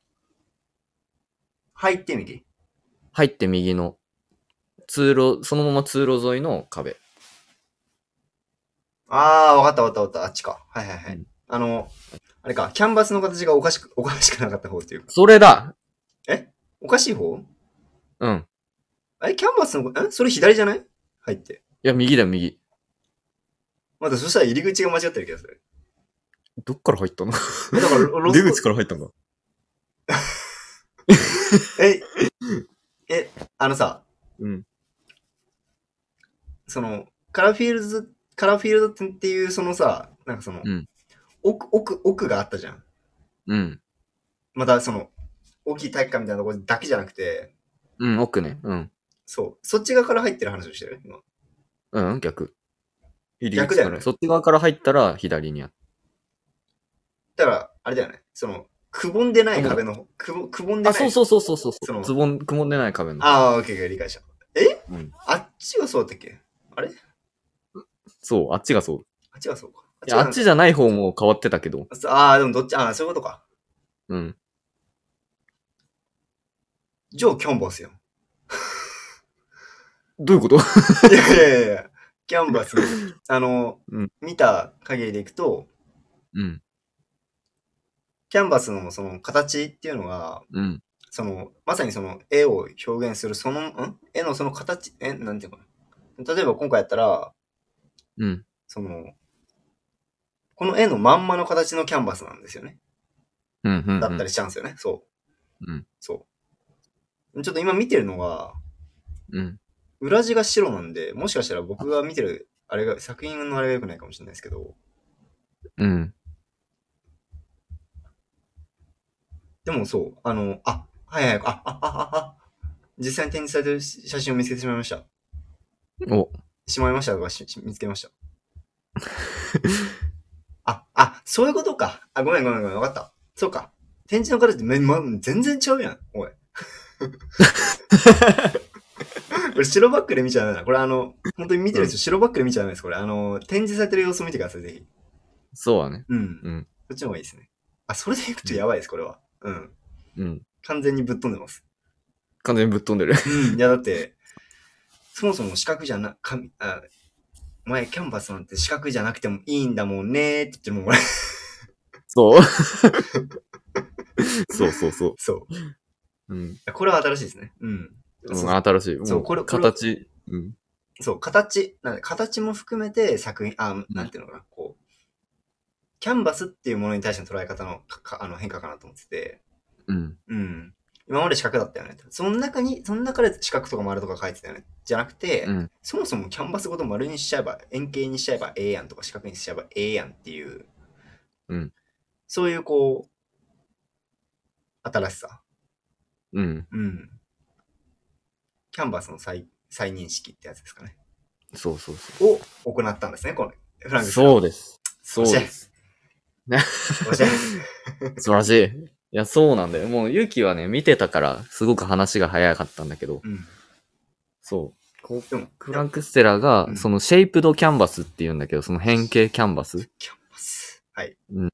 A: 入ってみて。
B: 入って右の、通路、そのまま通路沿いの壁。
A: あー、わかったわかったわかった。あっちか。はいはいはい。
B: うん
A: あの、あれか、キャンバスの形がおかしく、 [LAUGHS] おかしくなかった方っていうか。
B: それだ
A: おかしい方
B: うん。
A: え、キャンバスの、えそれ左じゃない入って。
B: いや、右だよ、右。
A: まだそしたら入り口が間違ってるけど、そ
B: [LAUGHS]
A: れ。
B: どっから入ったの
A: えだからロ、ロスコ
B: から入ったんだ。
A: え、え、あのさ、
B: うん。
A: その、カラーフィールズ、カラーフィールド店っていう、そのさ、なんかその、
B: うん
A: 奥、奥、奥があったじゃん。
B: うん。
A: またその、大きい体育館みたいなところだけじゃなくて、
B: うん、奥ね。うん。
A: そう、そっち側から入ってる話をしてる今。
B: うん、逆。
A: 逆だよね
B: 入り口からそっち側から入ったら左にあっ
A: だから、あれだよね、その、くぼんでない壁の方、くぼ、くぼんで
B: た。あ、
A: ない。
B: そうそうそうそうそう
A: その
B: ズボン、くもんでない壁の。
A: ああ、オッケーオッケー、理解した。
B: うん。
A: あっちがそうだったっけ
B: そう、あっちがそう。
A: あっちがそうか。
B: いや、あっち
A: が
B: じゃない方も変わってたけど。
A: ああ、でもどっち、ああ、そういうことか。
B: うん。
A: ジョー・キャンバスよ。
B: どういうこと
A: いやいやいや、キャンバス。あの、
B: うん
A: 見た限りでいくと、
B: うん。
A: キャンバスのその形っていうのが、
B: うん。
A: その、まさにその絵を表現するその、ん絵のその形、え、なんていうのかな。例えば今回やったら、
B: うん。
A: その、この絵のまんまの形のキャンバスなんですよね。
B: うん。うん。
A: だったりしたんですよね。そう。
B: うん
A: そう。ちょっと今見てるのが、
B: うん。
A: 裏地が白なんで、もしかしたら僕が見てる、あれが、作品のあれが良くないかもしれないですけど、
B: うん。
A: でもそう、あの、あ、はいはい、あ、あ、あ、あ、あ、実際に展示されてる写真を見つけてしまいました。
B: お。
A: しまいましたとかしし見つけました。あ、あ、そういうことか。あ、ごめんごめんごめん、わかった。そうか。展示の形ってめ、ま、全然違うやん、おい。これ白バックで見ちゃダメだな。これあの、本当に見てる人、白バックで見ちゃダメです。これあの、展示されてる様子を見てください、ぜひ。
B: そうだね。
A: うん。
B: うん。
A: そっちの方がいいですね。あ、それでいくとやばいです、これは。うん。
B: うん。
A: 完全にぶっ飛んでます。
B: 完全にぶっ飛んでる。 [LAUGHS]
A: うん、いやだって、そもそも四角じゃな、紙、あ、お前キャンバスなんて四角じゃなくてもいいんだもんねーって言ってるもん、俺。
B: そう。そうそうそ。
A: [LAUGHS] そう
B: うん。
A: う。これは新しいですね。うん。
B: うん
A: そう
B: 新しい。も
A: そうこれこれ
B: 形。うん。
A: そう、形、なんで形も含めて作品、あ、なんていうのかな、こう、キャンバスっていうものに対しての捉え方のかかあの変化かなと思ってて、
B: うん。
A: うん。今まで四角だったよね。その中に、その中で四角とか丸とか書いてたよね。じゃなくて、
B: うん。
A: そもそもキャンバスごと丸にしちゃえば、円形にしちゃえばええやんとか四角にしちゃえばええやんっていう、
B: うん
A: そういうこう、新しさ、
B: うん。
A: うん。キャンバスの再再認識ってやつですかね。
B: そうそうそ
A: を行ったんですね、このフラン
B: う。
A: ク
B: そう
A: う
B: です。そうです。
A: おっしゃる。
B: [LAUGHS] 素晴らしい。いや、そうなんだよ。もう、ゆうきはね、見てたから、すごく話が早かったんだけど、
A: うん。
B: そう。こう
A: でも、
B: フランク・ステラが、
A: うん
B: その、シェイプドキャンバスっていうんだけど、その変形キャンバス。
A: キャンバス。はい。
B: うん。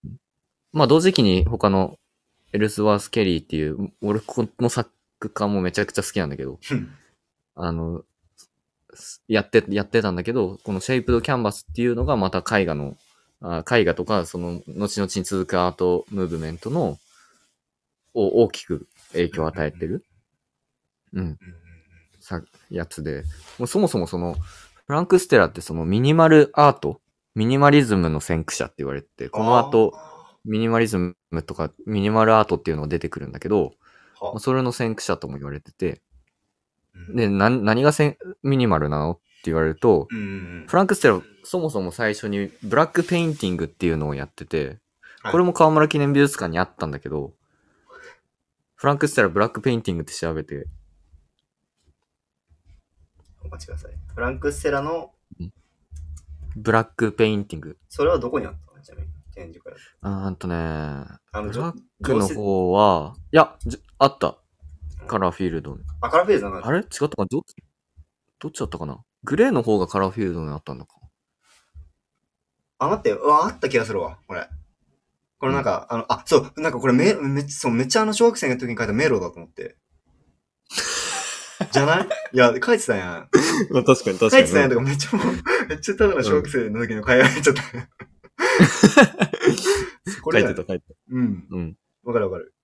B: まあ、同時期に他の、エルスワース・ケリーっていう、俺、この作家もめちゃくちゃ好きなんだけど、
A: うん
B: あの、すやって、やってたんだけど、このシェイプドキャンバスっていうのがまた絵画のあ絵画とか、その、後々に続くアートムーブメントの、を大きく影響を与えてる、うん、
A: うんうん
B: さ、やつで、もうそもそもその、フランク・ステラってそのミニマルアート、ミニマリズムの先駆者って言われてて、この後、
A: あ
B: ミニマリズムとか、ミニマルアートっていうのが出てくるんだけど、
A: ーは
B: まあそれの先駆者とも言われてて、
A: うん
B: で、な、何がせんミニマルなのって言われると、
A: うんうん
B: フランク・ステラ、そもそも最初にブラックペインティングっていうのをやってて、
A: はい
B: これも河村記念美術館にあったんだけど、フランク・ステラブラックペインティングって調べて、
A: お待ちください。フランク・ステラの、
B: ブラックペインティング。
A: それはどこにあったのちなみに、展示会。
B: あーんとね、
A: あの、
B: ブ
A: じ
B: ラ
A: ょ
B: ックの方は、いや、じあった。カラーフィールドに。
A: あ、カラーフェーズなの
B: あれ違ったかどどっちだったかなグレーの方がカラーフィールドにあった [LAUGHS] のか。
A: あ、待って、うわ、あった気がするわ、これ。これなんか、あの、あ、そう、なんかこれめ、めっちゃ、そう、めっちゃあの、小学生の時に書いた迷路だと思
B: [LAUGHS]
A: って。じゃないいや、書いてたやん。
B: 確かに確
A: 書いてたやんとか、めっちゃもう、めっちゃただの小学生の時の会話になっちゃ
B: [LAUGHS]
A: った。こ
B: 書
A: れ
B: い
A: だ
B: て
A: よ
B: た書いてた。
A: うん。
B: うん。
A: わかるわかる。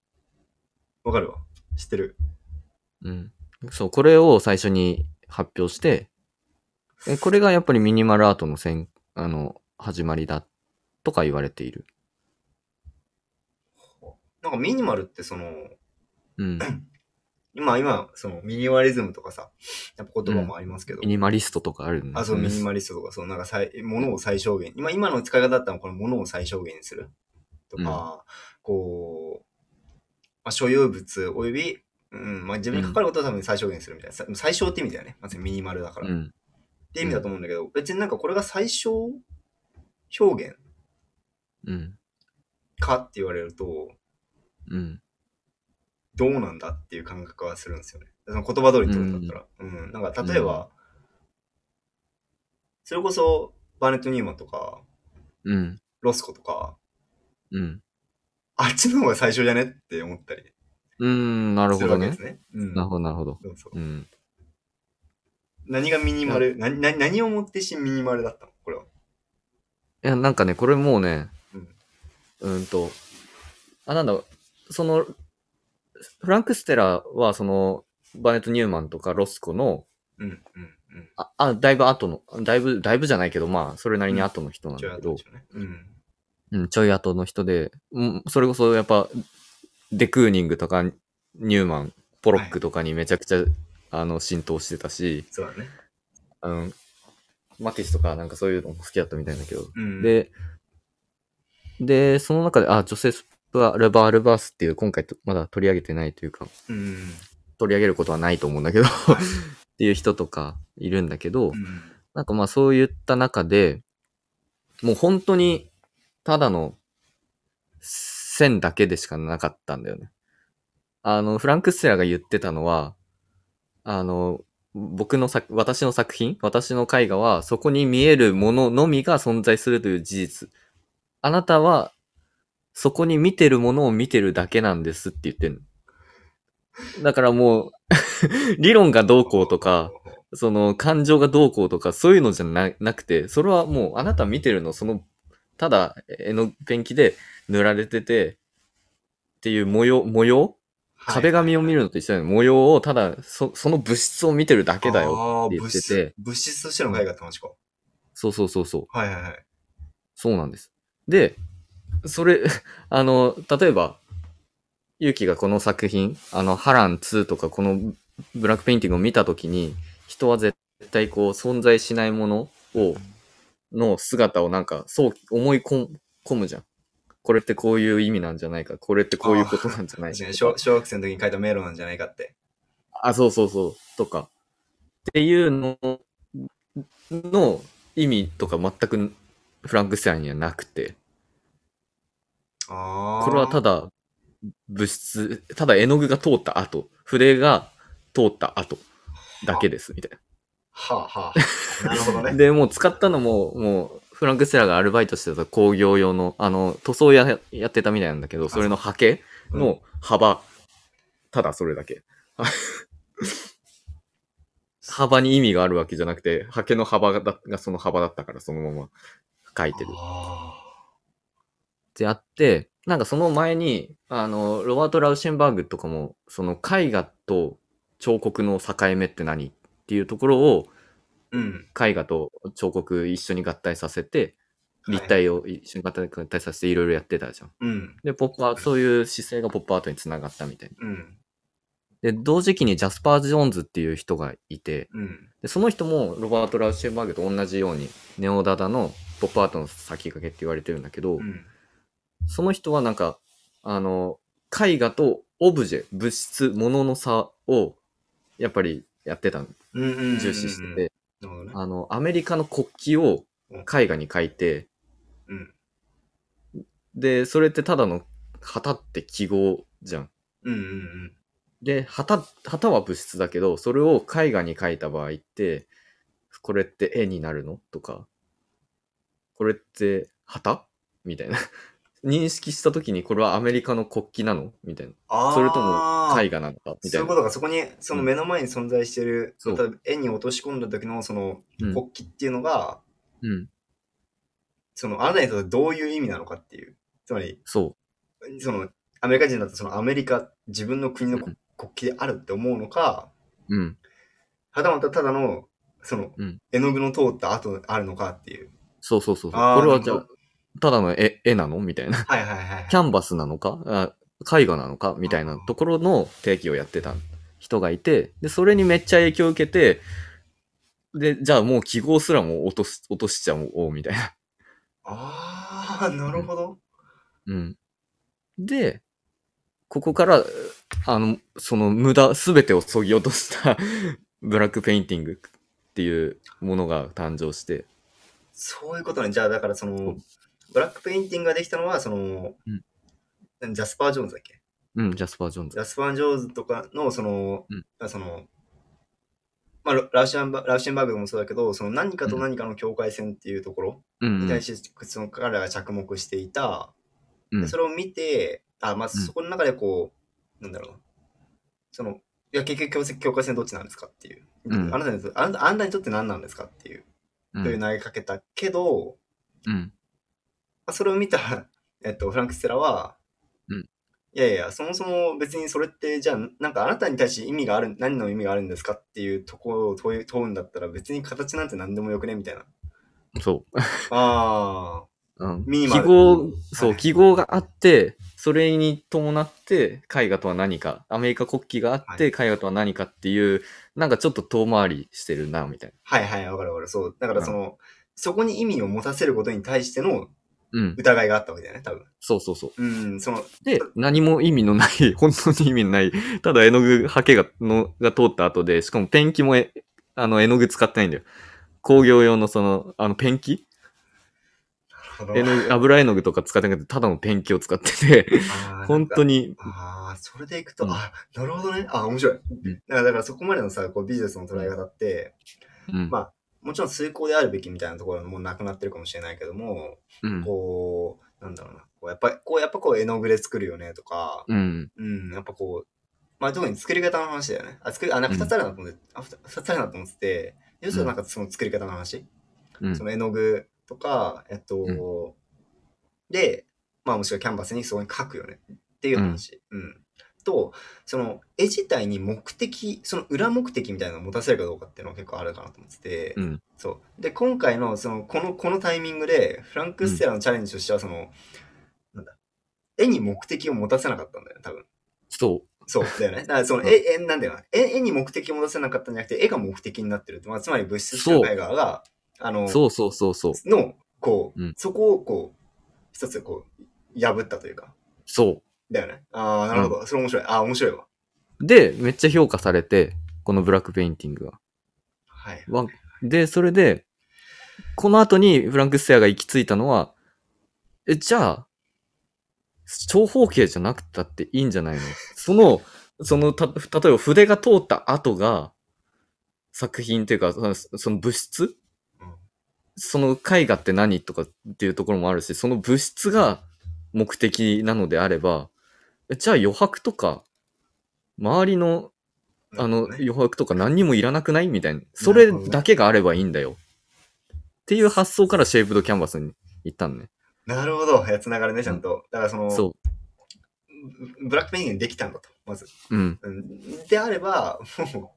A: わかるわ。知ってる。
B: うん。そう、これを最初に発表して、えこれがやっぱりミニマルアートのせんあの始まりだとか言われている。
A: なんかミニマルってその、
B: うん。
A: 今、今、そのミニマリズムとかさ、やっぱ言葉もありますけど、
B: [CLEARS THROAT] ミニマリストとかあるん
A: あ、そう、ミニマリストとか、そう、なんか最、物を最小限。今、今の使い方だったら、この物を最小限にする。とか、こう、まあ、所有物及び、うん、まあ、自分にかかることは多分最小限にするみたいな。さ最小って意味だよね。まずミニマルだから。
B: う
A: っ
B: ん。
A: て意味だと思うんだけど、別になんかこれが最小表現
B: うん。
A: かって言われると、
B: うん。
A: どうなんだっていう感覚はするんですよね。その言葉通りに取るんだったら。うん。なんか例えば、それこそバーネット・ニューマンとか、
B: うん。
A: ロスコとか、
B: うん。
A: あっちの方が最初じゃねって思ったり
B: うん。なる
A: す
B: ほ
A: るわ
B: ど
A: けで
B: ね
A: す。ね。うん
B: なるほど、なるほど。
A: そうそう
B: うん。
A: 何がミニマル、なな何をもってしミニマルだったのこれは。
B: いや、なんかね、これもうね、
A: うん
B: うん、と、あ、なんだ、その、フランク・ステラは、その、バーネット・ニューマンとかロスコの、
A: うんうんうん。
B: あ、あだいぶ後の、だいぶ、だいぶじゃないけど、まあ、それなりに後の人なん
A: ちょい
B: だけ
A: 後
B: ど
A: でし、ょうね。うん。
B: うん、ちょい後の人で、うん、それこそやっぱ、デクーニングとか、ニューマン、ポロックとかにめちゃくちゃ、あの、浸透してたし、
A: そうだね。
B: あの、マティスとかなんかそういうのも好きだったみたいだけど、
A: うん。、
B: で、で、その中で、あ、ジョセフ・ルバールバースっていう、今回とまだ取り上げてないというか、
A: うん。
B: 取り上げることはないと思うんだけど、 [LAUGHS] っていう人とかいるんだけど、
A: うん。
B: なんかまあそういった中で、もう本当に、ただの線だけでしかなかったんだよね。あの、フランク・ステラが言ってたのは、あの、僕の作、私の作品、私の絵画は、そこに見えるもののみが存在するという事実。あなたは、そこに見てるものを見てるだけなんですって言ってるの。だからもう、 [LAUGHS] 理論がどうこうとか、その感情がどうこうとかそういうのじゃななくて、それはもうあなた見てるの、その、ただ絵のペンキで塗られてて、っていう模様、模様
A: はい、
B: 壁紙を見るのと一緒だよね。模様をただそ、その物質を見てるだけだ
A: あ
B: よ
A: ー
B: って言っ
A: 物
B: てて、
A: 質。物質としての絵画って話か。
B: そうそうそうそう。
A: はいはいはい。
B: そうなんです。で、それ、 [LAUGHS] あの、例えば、ゆうきがこの作品、あの、ハラン2とか、このブラックペインティングを見たときに、人は絶対こう、存在しないものを、の姿をなんか、そう、思い込む込むじゃん。これってこういう意味なんじゃないか、これってこういうことなんじゃない
A: 確
B: か
A: かに小小学生の時に書いた迷路なんじゃないかって。
B: あ、そうそうそう、とか。っていうのの意味とか全くフランク・ステラにはなくて。
A: ああ。
B: これはた
A: だ。
B: だ物質、ただ絵の具が通った後、筆が通った後だけです、みたい
A: はあはあ。なるほど
B: な。
A: ね。
B: [LAUGHS] で、もう使ったのも、もう、フランク・ステラがアルバイトしてた工業用の、あの、塗装ややってたみたいなんだけど、それの波形の幅、ただそれだけ。幅に意味があるわけじゃなくて、波形の幅がだがその幅だったから、そのまま書いてる。
A: あ
B: ってあって、なんかその前に、あの、ロバート・ラウシェンバーグとかも、その絵画と彫刻の境目って何っていうところを、
A: うん。
B: 絵画と彫刻一緒に合体させて、
A: はい
B: 立体を一緒に合体合体させていろいろやってたじゃん。
A: うん。
B: で、ポップアート、そういう姿勢がポップアートにつながったみたいな。
A: うん。
B: で、同時期にジャスパー・ジョーンズっていう人がいて、
A: うん。
B: でその人もロバート・ラウシェンバーグと同じように、ネオダダのポップアートの先駆けって言われてるんだけど、
A: うん。
B: その人はなんか、あの、絵画とオブジェ、物質、物の差を、やっぱりやってたの、
A: うん。うん。
B: 重視してて、
A: なるほどね。
B: あの、アメリカの国旗を絵画に描いて、
A: うん。
B: で、それってただの旗って記号じゃん。
A: うん。うん。
B: で、旗、旗は物質だけど、それを絵画に描いた場合って、これって絵になるのとか、これって旗みたいな。 [LAUGHS] 認識した時にこれはアメリカの国旗なのみたいな。
A: ああ。
B: それとも絵画なのかみた
A: そうい
B: いうな
A: こ。とが、そこに、その目の前に存在してる、
B: そう
A: また絵に落とし込んだ時の、その、
B: うん
A: 国旗っていうのが、
B: うん。
A: その、あなたにとってどういう意味なのかっていう。つまり、
B: そ
A: その、アメリカ人だと、その、アメリカ、自分の国の
B: う
A: 国
B: ん
A: 国旗であるって思うのか、
B: う。うん。
A: はたまたただの、その
B: うん、
A: 絵の具の通った後あるのかっていう。
B: そうそうそうそう。
A: あー
B: これはじゃ
A: な
B: あ、ただの絵、絵なのみたいな。 [LAUGHS]
A: はいはいはい。
B: キャンバスなのかあ絵画なのかみたいなところの定義をやってた人がいて、で、それにめっちゃ影響を受けて、で、じゃあもう記号すらも落とす、落としちゃおう、みたいな。 [LAUGHS]
A: ああ、なるほど。
B: うん。で、ここから、あの、その無駄、すべてを削ぎ落とした [LAUGHS] ブラックペインティングっていうものが誕生して、
A: そういうことね。じゃあ、だからその
B: う、
A: ブラックペインティングができたのは、その、ジャスパー・ジョーンズだっけ
B: うん、ジャスパー・ジョーン
A: ジ
B: ズ。
A: ャスパー・ジョーンズとかの、その、
B: うん
A: あその、まあ、ララウシャンバラウシェンバーグもそうだけど、その何かと何かの境界線っていうところ
B: うん、う
A: に
B: ん
A: 対して、その彼らが着目していた、
B: う
A: で
B: ん
A: それを見て、あ、まあ、
B: うん
A: そこの中でこう、なんだろうな、その、いや、結局境界境界線どっちなんですかっていう。
B: うん
A: あなたにとあなたあなたにとって何なんですかっていう、
B: うん
A: という投げかけたけど、
B: うん。
A: まあ、それを見た、 [LAUGHS] えっと、フランク・ステラは、
B: うん
A: いやいや、そもそも別にそれって、じゃあ、なんかあなたに対して意味がある、何の意味があるんですかっていうところを問い問うんだったら、別に形なんて何でもよくねみたい
B: [LAUGHS]
A: な。
B: そう。
A: ああ、
B: うん
A: ミニマル
B: 記号、そう、
A: はい
B: 記号があって、それに伴って、絵画とは何か、アメリカ国旗があって、絵画とは何かっていう、なんかちょっと遠回りしてるな、みたい
A: はいはい、わかるわかる。そう。だからその、そこに意味を持たせることに対しての
B: な。うん。
A: 疑いがあったわけだよね、多分。
B: そうそうそう。
A: うん、その、
B: で、何も意味のない、 [LAUGHS] 本当に意味のない、ただ絵の具、刷毛が、の、が通った後で、しかもペンキもえ、あの、絵の具使ってないんだよ。工業用のその、あの、ペンキ
A: この
B: 絵の具、油絵の具とか使ってなくて、ただのペンキを使ってて、
A: あー
B: 本
A: なんか
B: 当。に、
A: ああ、それでいくと、
B: うん
A: あ、なるほどね。あー面白い。
B: ん
A: だから、だからそこまでのさ、こうビジネスの捉え方って、
B: うん。
A: まあもちろん崇高であるべきみたいなところももうなくなってるかもしれないけども、
B: うん。
A: こう、なんだろうな、こうやっぱり、こう、やっぱこう絵の具で作るよねとか、
B: うん。
A: うん、やっぱこう、まあ特に作り方の話だよね。あ、作り、あ、なんか
B: うん
A: 二つあるなと思って、あ、二つあるなと思ってて、要するになんかその作り方の話、
B: うん
A: そ。の絵の具とか、えっと、
B: う
A: で、まあもしくはキャンバスにそこに描くよねっていう話。うん。と、その絵自体に目的、その裏目的みたいなのを持たせるかどうかっていうのは結構あるかなと思ってて、
B: うん。
A: そう。で、今回の、その、この、このタイミングで、フランク・ステラのチャレンジとしては、その、なんだ、絵に目的を持たせなかったんだよね、多分。
B: そう。
A: そう、だよね。だから、その、
B: うん
A: 絵、絵、なんだよな。絵、絵に目的を持たせなかったんじゃなくて、絵が目的になってるって。まあ、つまり物質社会側が、あの、
B: そうそうそうそう。
A: の、こう、
B: うん
A: そこを、こう、一つ、こう、破ったというか、
B: そ
A: だよね。ああ、なるほど。それ面白い。ああ、面白いわ。
B: う。で、めっちゃ評価されて、このブラックペインティングが。
A: はい。
B: わで、それで、この後にフランク・ステアが行き着いたのは、え、じゃあ、長方形じゃなくたっていいんじゃないのその、その、た、例えば筆が通った後が、作品というか、そのその物質
A: うん
B: その絵画って何とかっていうところもあるし、その物質が目的なのであれば、えじゃあ余白とか、周りのあ
A: なる
B: の
A: ほどね
B: 余白とか何にもいらなくないみたいな。それだけがあればいいんだよ。っていう発想からシェイプドキャンバスに行ったのね。
A: なるほど。やつながらね、ちゃんと。だからその、
B: そ
A: ブラックペンギンできたんだと、まず。
B: う。うん。
A: うんであれば、も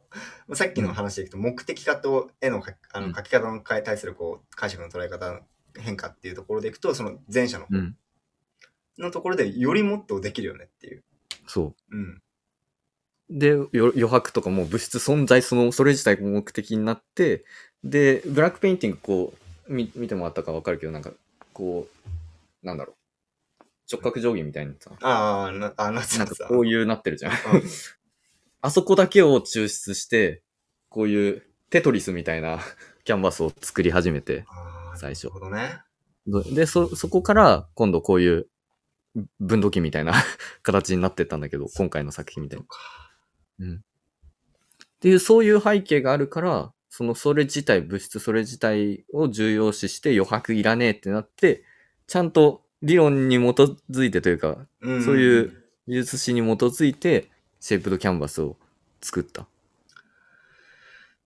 A: う、さっきの話でいくと、目的化と絵のかあ
B: う
A: の
B: ん
A: 書き方の変え対するこう解釈の捉え方の変化っていうところでいくと、その前者の
B: うん。
A: のところでよりもっとできるよねっていう。
B: そう。
A: うん。
B: で、よ余白とかもう物質存在、その、それ自体が目的になって、で、ブラックペインティング、こう、み見てもらったかわかるけど、なんか、こう、なんだろう。直角定規みたいにさ、
A: ああ、な、あなつ
B: なんかこういうなってるじゃん。
A: うん
B: [LAUGHS] あそこだけを抽出して、こういうテトリスみたいな [LAUGHS] キャンバスを作り始めて、
A: あー
B: 最初
A: なるほどね。
B: で、そ、そこから今度こういう分度器みたいな [LAUGHS] 形になってったんだけど、今回の作品みたいな。うん。っていう、そういう背景があるから、そのそれ自体、物質それ自体を重要視して余白いらねえってなって、ちゃんと理論に基づいてというか、
A: うん
B: そういう。技術史に基づいて、シェイプドキャンバスを作った。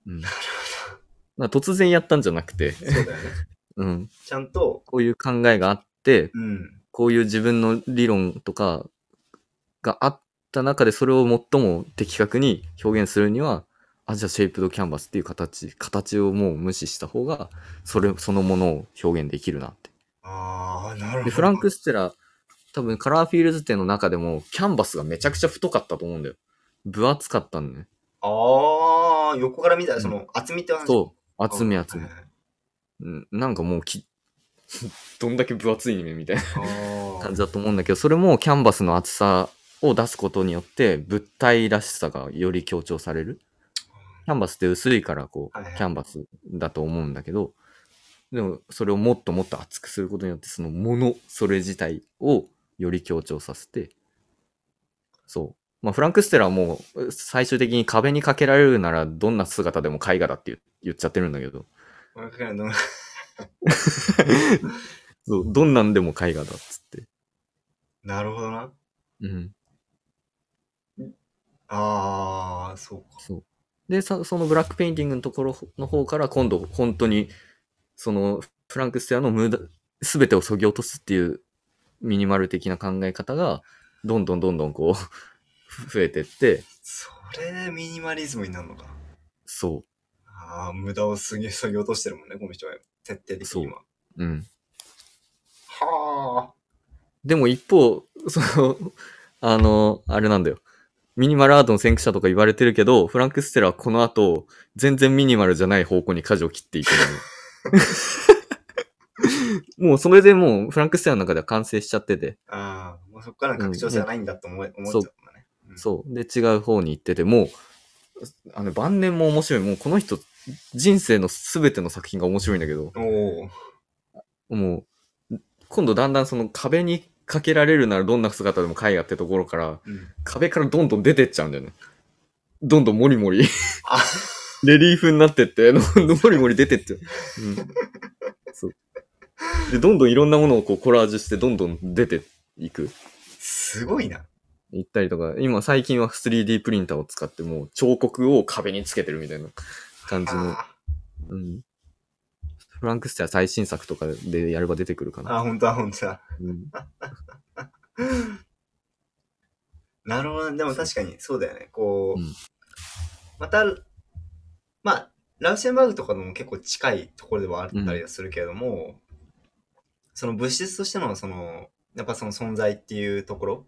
B: うん。だから突然やったんじゃなくて、
A: そうだよね。
B: [LAUGHS] うん。
A: ちゃんと、
B: こういう考えがあって、
A: うん。
B: こういう自分の理論とかがあった中でそれを最も的確に表現するには、あ、じゃあシェイプドキャンバスっていう形、形をもう無視した方が、それ、そのものを表現できるなって。
A: ああ、なるほど。
B: で、フランク・ステラ、多分カラーフィールズ展の中でも、キャンバスがめちゃくちゃ太かったと思うんだよ。分厚かったんだね。
A: ああ、横から見たら、その、厚みって話。
B: そう。厚み厚み
A: はい。はい
B: うんなんかもうき、 [LAUGHS] どんだけ分厚いねみたいな
A: あ
B: 感じだと思うんだけど、それもキャンバスの厚さを出すことによって、物体らしさがより強調される。キャンバスって薄いから、こ、
A: はいはいう
B: キャンバスだと思うんだけど、でも、それをもっともっと厚くすることによって、そのもの、それ自体をより強調させて、そう。まあ、フランク・ステラはもう、最終的に壁にかけられるなら、どんな姿でも絵画だって言言っちゃってるんだけど、
A: あ。俺かけないの
B: そう、どんなんでも絵画だっつって。
A: なるほどな。
B: うん。
A: ああ、そうか。
B: そう。で、さそのブラックペインティングのところの方から今度本当に、そのフランク・ステアの無駄、すべてを削ぎ落とすっていうミニマル的な考え方が、どんどんどんどんこう、 [LAUGHS] 増えてって、
A: それでミニマリズムになるのか。
B: そ
A: ああ、無駄をすげえ削ぎ落としてるもんね、この人は。徹底的に今。
B: う。うん。
A: はあ。
B: でも一方、その、 [LAUGHS] あの、あれなんだよ。ミニマルアートの先駆者とか言われてるけど、フランク・ステラはこの後、全然ミニマルじゃない方向に舵を切っていくの。もうそれでもうフランク・ステラの中では完成しちゃってて、
A: ああ、もうそこからの拡張性はないんだと思,、え思っちゃったんだね。うん
B: そう。で、違う方に行ってて、もう、あの、晩年も面白い。もうこの人、人生の全ての作品が面白いんだけど、
A: おお。
B: もう、今度だんだんその壁にかけられるならどんな姿でも絵画ってところから、
A: うん
B: 壁からどんどん出てっちゃうんだよね。どんどんも
A: [LAUGHS]
B: りもり、
A: あ
B: レリーフになっ
A: [LAUGHS]
B: てって、どんどんもりもり出てっちゃう。うん。そう。で、どんどんいろんなものをこうコラージュして、どんどん出ていく。
A: すごいな。
B: 行ったりとか、今最近は 3D プリンターを使ってもう彫刻を壁につけてるみたいな感じの、
A: あ
B: うん。フランクステア最新作とかでやれば出てくるか
A: ー
B: な。
A: あー、ほんとだ、ほんとだ。
B: うん、
A: なるほどね。でも確かにそうだよね。こう、
B: うん
A: また、まあ、ラウシェンバーグとかのも結構近いところではあったりはするけれども、その物質としての、その、やっぱその存在っていうところ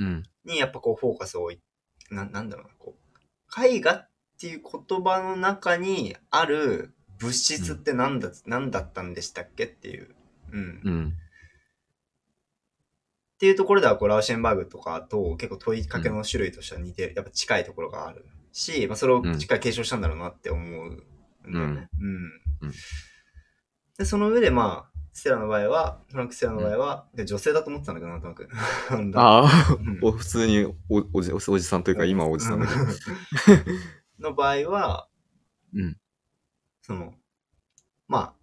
B: うん、
A: に、やっぱこうフォーカスを置い、ななんだろうな、こう、絵画っていう言葉の中にある物質って何だ、何だったんでしたっけっていう。うん
B: うん、
A: っていうところではこうラウシェンバーグとかと結構問いかけの種類としては似てる、やっぱ近いところがあるし、まあ、それをしっかり継承したんだろうなって思うんだよね。うん
B: うん
A: でその上でまあステラの場合はフランク・ステラの場合は、で女性だと思ってたんだけどなんと [LAUGHS] なく。なんだ
B: ああ、
A: うん
B: お普通におおじおじおじさんというか、今はおじさんだけど。
A: の場合は、
B: うん
A: その、まあ、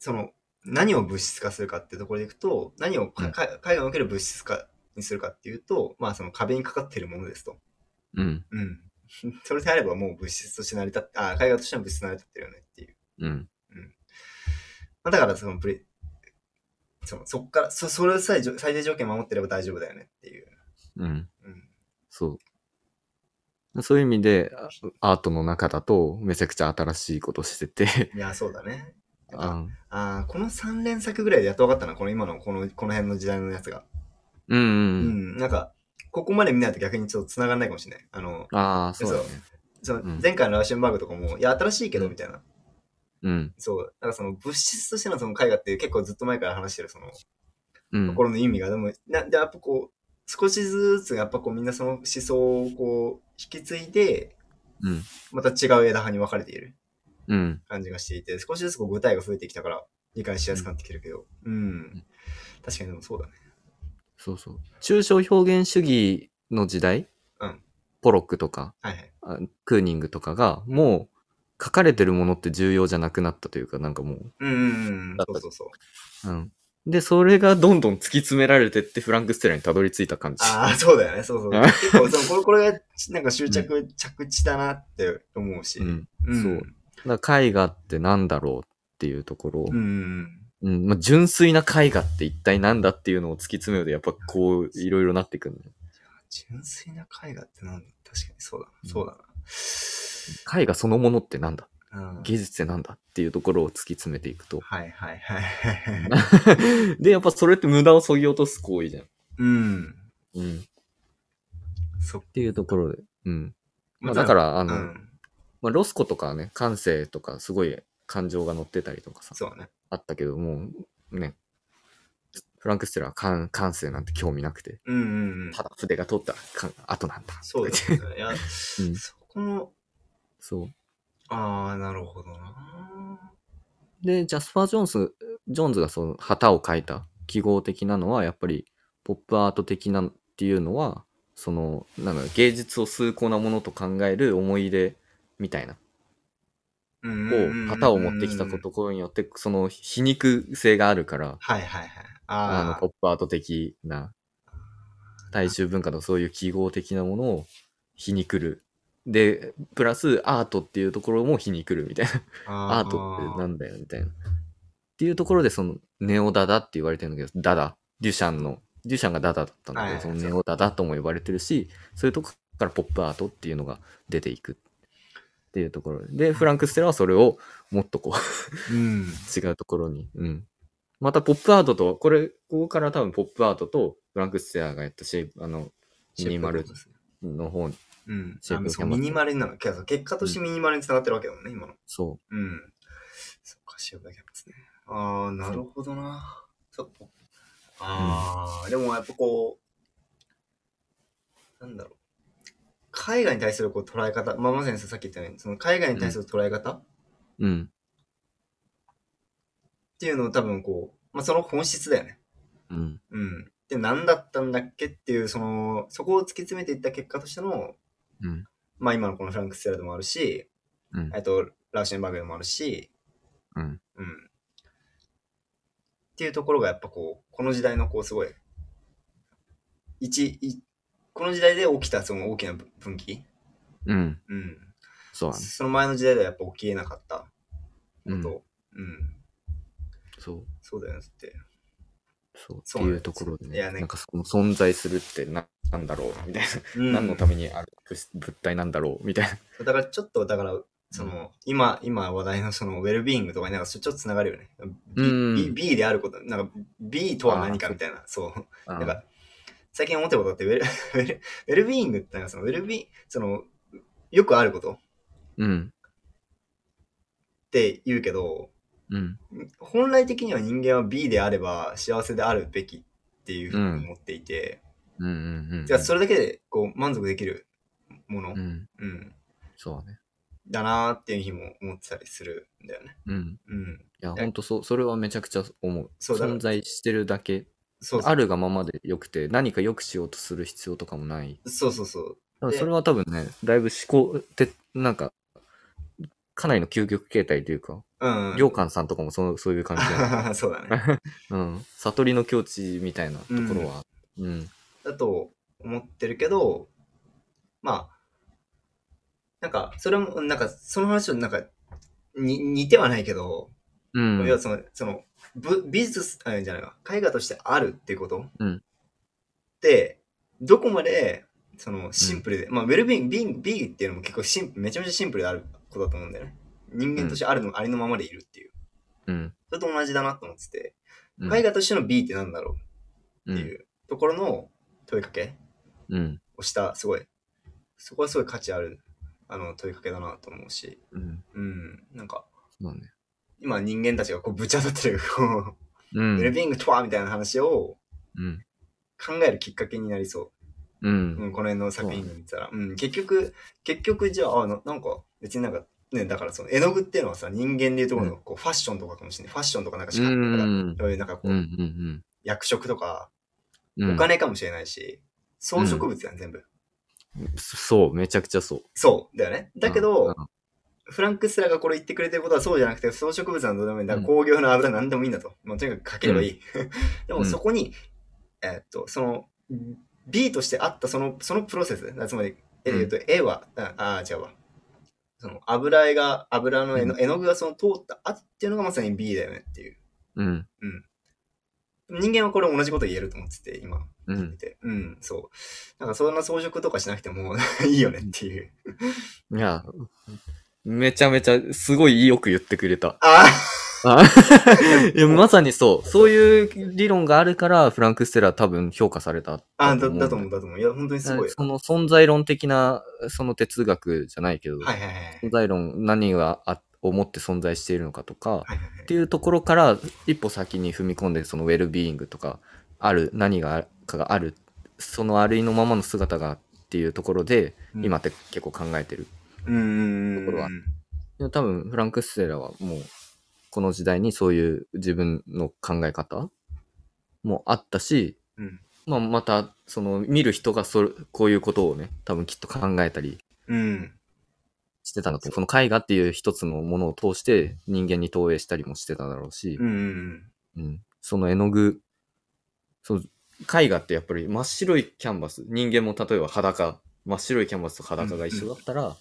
A: その、何を物質化するかっていうところでいくと、何をか、
B: うん
A: か絵画における物質化にするかっていうと、まあその壁にかかっているものですと。
B: うん、
A: うん。 [LAUGHS] それであればもう物質として成り立って、あ、絵画としての物質成り立ってるよねっていう。
B: うん、
A: まあ、だからそのプレ、そそっからそ、それさえじょ最低条件守ってれば大丈夫だよねっていう。
B: うん。
A: うん、
B: そう。そういう意味で、あアートの中だと、めちゃくちゃ新しいことしてて、
A: いや、そうだね。
B: [LAUGHS] あ
A: ああ、この3連作ぐらいでやっと分かったな、この今の、この、この辺の時代のやつが。
B: うんうん
A: う。
B: うん
A: ん、なんか、ここまで見ないと逆にちょっと繋がらないかもしれない。あの、
B: ああ、そうだね。
A: そうの
B: ん
A: 前回のラウシェンバーグとかも、いや、新しいけど、みたいな。
B: うん。
A: そう、なんかその物質としてのその絵画って結構ずっと前から話してるその
B: うん。
A: 心の意味が、でも、なでやっぱこう、少しずつやっぱこうみんなその思想をこう引き継いで、
B: うん。
A: また違う枝葉に分かれている
B: うん。
A: 感じがしていて、少しずつこう具体が増えてきたから理解しやすくなってきてるけど、うん。確かにでもそうだね。
B: そうそう。抽象表現主義の時代、
A: うん
B: ポロックとか、
A: はいはい。
B: あクーニングとかが、もう書かれてるものって重要じゃなくなったというか、なんかもう、
A: うんうんうん。そうそうそう。
B: うん。で、それがどんどん突き詰められてってフランク・ステラにたどり着いた感じ。
A: ああ、そうだよね。そうそう。
B: あ
A: 結構その、これ、これが、なんか終着、着地だなって思うし。
B: うん。
A: うん
B: そう。だから絵画ってなんだろうっていうところを、
A: うんうん。
B: うんまあ、純粋な絵画って一体なんだっていうのを突き詰めると、やっぱこう、いろいろなってくる、ね。
A: 純粋な絵画ってなんだ確かにそうだな。
B: うん
A: そうだ
B: 絵画そのものってなんだ
A: な。うん。
B: 芸術ってなんだっていうところを突き詰めていくと。 [LAUGHS]
A: はいはい [LAUGHS] はい。
B: で、やっぱそれって無駄を削ぎ落とす行為じゃん。
A: うん。
B: うん。っ
A: そって
B: いうところで。うん。まあ、だから、あ
A: う
B: の、
A: ん。
B: まあ、ロスコとかはね、感性とかすごい感情が乗ってたりとかさ、
A: そうね。
B: あったけども、ね、フランク・ステラは感感性なんて興味なくて、
A: うんうんうん。
B: ただ筆が通ったら感後なんだ。
A: そうですね。いや、そこの、
B: [LAUGHS] そう。
A: ああ、なるほどな。
B: で、ジャスパー・ジョーンズ、ジョーンズがその旗を描いた記号的なのは、やっぱりポップアート的なっていうのは、その、なんだろう芸術を崇高なものと考える思い出みたいな、
A: う
B: を
A: ん、
B: 旗を持ってきたこ。ところによって、その皮肉性があるから、
A: はいはいはい。
B: あの、
A: あ
B: ポップアート的な、大衆文化のそういう記号的なものを皮肉る。で、プラスアートっていうところも皮肉るみたいな。
A: あ
B: アートってなんだよみたいな。っていうところで、その、ネオダダって言われてるんだけど、ダダ、デュシャンの、デュシャンがダダだったんだけ
A: は
B: ど、
A: い
B: そのネオダダとも呼ばれてるし、そういうとこからポップアートっていうのが出ていくっていうところで、でフランク・ステラはそれをもっとこう、
A: うん。
B: 違うところに、うん。またポップアートと、これ、ここから多分ポップアートとフランク・ステラがやったし、あの、ミニマルの方、
A: うん。
B: シェイプ
A: あそうミニマルになる。けど結果としてミニマルに繋がってるわけだもんね、今の。
B: そ
A: うん。そっか、シェイプだけですね。ああ、なるほどな。そっか。ああ、でもやっぱこう、なんだろう。海外に対するこう捉え方、まあ、まさにさっき言ったように、その海外に対する捉え方っ
B: う、うん、
A: ていうのを多分こう、まあ、その本質だよね。
B: うん、
A: うん。で、何だったんだっけっていう、その、そこを突き詰めていった結果としての、
B: うん、
A: まあ今のこのフランク・ステラでもあるし、
B: うん
A: えっと、ラウシェンバーグでもあるし、
B: うん、
A: うん。っていうところがやっぱこう、この時代のこうすごい、一、いこの時代で起きたその大きな分分岐、
B: うん、
A: うん、
B: そうだね。
A: その前の時代ではやっぱ起きえなかったこと、う
B: うんん、そう。
A: そうだよねって。
B: そう。って
A: そうなん
B: い
A: で
B: う
A: す
B: ところで
A: いや
B: ね、
A: ね
B: なんかその存在するってななんだろうみたいな。
A: うん、
B: 何のためにある物物体なんだろうみたいな。
A: だからちょっと、だから、その、今、今話題のその、ウェルビーイングとかになんかちょっとつながるよね。
B: うん
A: B, B, B であること、なんか B とは何かみたいな、そう。
B: あ
A: なん
B: ー
A: か、最近思ってることあって、 [LAUGHS] ウェル、ウェル、ウェルビーイングってなんかその、ウェルビー、その、よくあることっ
B: うん。
A: て言うけど、
B: うん。
A: 本来的には人間は B であれば幸せであるべきっていうふうに思っていて、
B: うん。うん。うん。
A: じゃあそれだけでこう満足できるもの、う、
B: うんん。そうだね。
A: だなーっていう日も思ってたりするんだよね。
B: うん。
A: うん。
B: いや、ほんとそう、それはめちゃくちゃ思う。
A: そうだから
B: 存在してるだけ、
A: そうそう
B: あるがままでよくて、何か良くしようとする必要とかもない。
A: そうそうそう。
B: だからそれは多分ね、だいぶ思考って、なんか、かなりの究極形態というか、
A: うん。
B: 良寛さんとかもそのそういう感じだ
A: [LAUGHS]
B: よね
A: そうだね。
B: うん、悟りの境地みたいなところは、うん、
A: だと思ってるけど、まあ、なんか、それも、なんか、その話となんか、に似てはないけど、
B: うん。
A: 要はその、その、ぶ美術、あじゃないわ、絵画としてあるっていうこと、
B: うん
A: で、どこまで、その、シンプルで、まあ、ウェルビーイング、ビン、ビーっていうのも結構シンプル、めちゃめちゃシンプルであることだと思うんだよね。人間としてあるの、ありのままでいるっていう。
B: うん。
A: それと同じだなと思ってて、
B: うん
A: 絵画としての B ってなんだろう
B: う
A: って
B: ん。
A: いうところの問いかけ
B: うん。
A: をした、すごい、そこはすごい価値ある、あの、問いかけだなと思うし、
B: うん。
A: うん、なんか、
B: そうね。
A: 今人間たちがこうぶち当たってる、こ
B: う
A: う、ウェル
B: ん。
A: ビーイングとはみたいな話を
B: うん。
A: 考えるきっかけになりそう。
B: う。
A: うんん、この辺の作品見たら。うん、結局、結局じゃあ、あななんか、別になんか、ね、だからその絵の具っていうのはさ、人間でいうところの、
B: う
A: こう、ファッションとかかもしれない。ファッションとかなんか
B: う
A: 資格とか、
B: ん。
A: そういうなんかこ
B: う
A: う、
B: ん。
A: 役職とか、
B: うん。
A: お金かもしれないし、装飾物やん、全部。
B: そう、めちゃくちゃそう。
A: そう、だよね。だけど、
B: うん、
A: フランク・スラがこれ言ってくれてることはそうじゃなくて、装飾物なんだでもいいんだ、
B: うん
A: 工業の油なんでもいいんだと。もうとにかくかければいい。で
B: う
A: も
B: ん
A: そこに、えーっと、その、B としてあったその、そのプロセス、つまり、え
B: うん
A: ーっと、A は、ああー、違うわ。その油絵が、油の絵の,、
B: う
A: 絵の具がその通った後っていうのがまさに B だよねっていう。
B: うん。
A: 人間はこれ同じこと言えると思ってて、今、
B: う
A: 見
B: ん。
A: て。うん、そう。なんかそんな装飾とかしなくても [LAUGHS] いいよねっていう。
B: いや、めちゃめちゃ、すごいよく言ってくれた。
A: あ
B: あ [LAUGHS] いやまさにそう。そういう理論があるから、フランク・ステラは多分評価された。
A: あ、あだだと思う、だと思う。いや、本当にすごい。
B: その存在論的な、その哲学じゃないけど、
A: はいはいはいはい。
B: 存在論、何があ思って存在しているのかとか、
A: はいはいはい
B: っていうところから一歩先に踏み込んでそのウェルビーイングとかある何があるかがあるそのありのままの姿がっていうところで
A: うん
B: 今って結構考えてる、
A: うん
B: ところは
A: うん
B: でも多分フランク・ステラはもうこの時代にそういう自分の考え方もあったし、
A: うん
B: まあ、またその見る人がそれこういうことをね多分きっと考えたり
A: うん。
B: してたんだと思うその絵画っていう一つのものを通して人間に投影したりもしてただろうし、
A: うんうん
B: うん、その絵の具そう絵画ってやっぱり真っ白いキャンバス人間も例えば裸真っ白いキャンバスと裸が一緒だったら、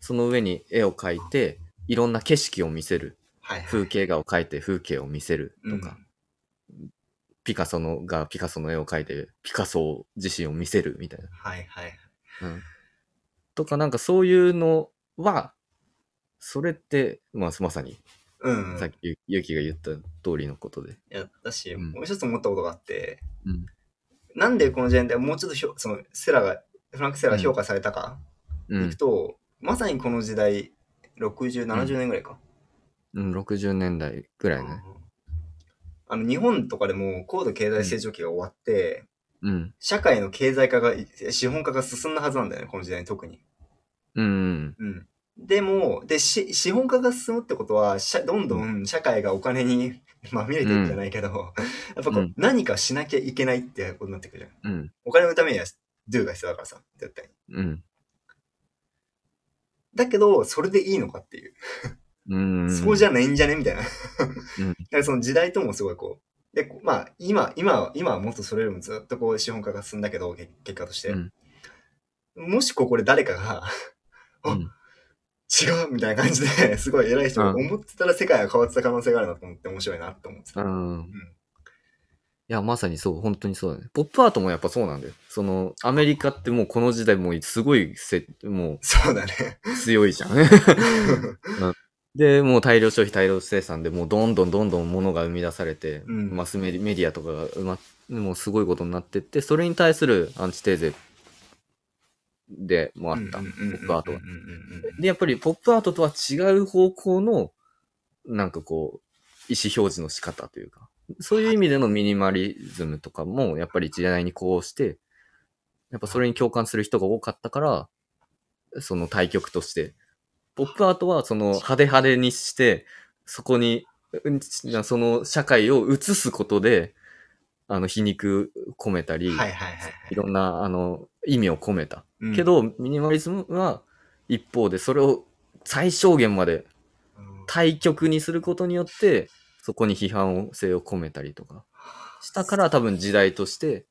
B: その上に絵を描いていろんな景色を見せる
A: はいはい。
B: 風景画を描いて風景を見せるとか、
A: う
B: ピカソのがピカソの絵を描いてピカソ自身を見せるみたいな
A: はいはい。
B: とかなんかそういうのはそれって、まあ、まさに
A: うん。
B: さっきゆゆきが言った通りのことで。
A: やったし、
B: うん
A: もう一つ思ったことがあって、
B: うん
A: なんでこの時代でもうちょっとひょそのセラが、フランク・セラが評価されたか、
B: う
A: い
B: ん
A: くと、まさにこの時代、60、70年ぐらいか。
B: うん、60年代ぐらいね。
A: あの日本とかでも高度経済成長期が終わって、
B: うん。
A: 社会の経済化が、資本化が進んだはずなんだよね、この時代に特に。
B: うん。
A: うん。でも、で、し資本家が進むってことは、社どんどん社会がお金に [LAUGHS] まみれていくじゃないけど、やっぱこう、
B: うん
A: 何かしなきゃいけないってことになってくるじゃん。
B: うん。
A: お金のためには、do が必要だからさ、絶対に。
B: うん。
A: だけど、それでいいのかっていう。
B: うん。
A: そうじゃないんじゃねみたい [LAUGHS] な。だ
B: うん
A: からその時代ともすごいこう。で、こうまあ、今、今は、今はもっとそれよりもずっとこう、資本家が進んだけど、け結果として。
B: うん
A: もしここで誰かが、
B: う
A: あ
B: ん。
A: 違うみたいな感じで、 [LAUGHS] すごい偉い人が
B: うん
A: 思ってたら世界が変わってた可能性があるなと思って面白いなって思って
B: う
A: た。
B: ん。いや、まさにそう、本当にそうだね。ポップアートもやっぱそうなんだよ。その、アメリカってもうこの時代もうすごいせ、も
A: そうだね。
B: う強いじゃ
A: [LAUGHS]
B: ん。で、もう大量消費、大量生産で、もうどんどんどんどん物が生み出されて、
A: うん
B: マスメディメディアとかがうま、もうすごいことになってって、それに対するアンチテーゼでもあった。
A: うん
B: ポップアートは
A: うんうんうんうん
B: で、やっぱりポップアートとは違う方向の、なんかこう、意思表示の仕方というか、そういう意味でのミニマリズムとかも、やっぱり時代にこうして、やっぱそれに共感する人が多かったから、その対局として、ポップアートはその派手派手にして、そこに、うんその社会を映すことで、あの、皮肉込めたり、
A: はいはいはい
B: いろんな、あの、意味を込めた
A: はい。
B: けど、ミニマリズムは一方でそれを最小限まで
A: うん、
B: 対極にすることによってそこに批判性を込めたりとかしたから多分時代として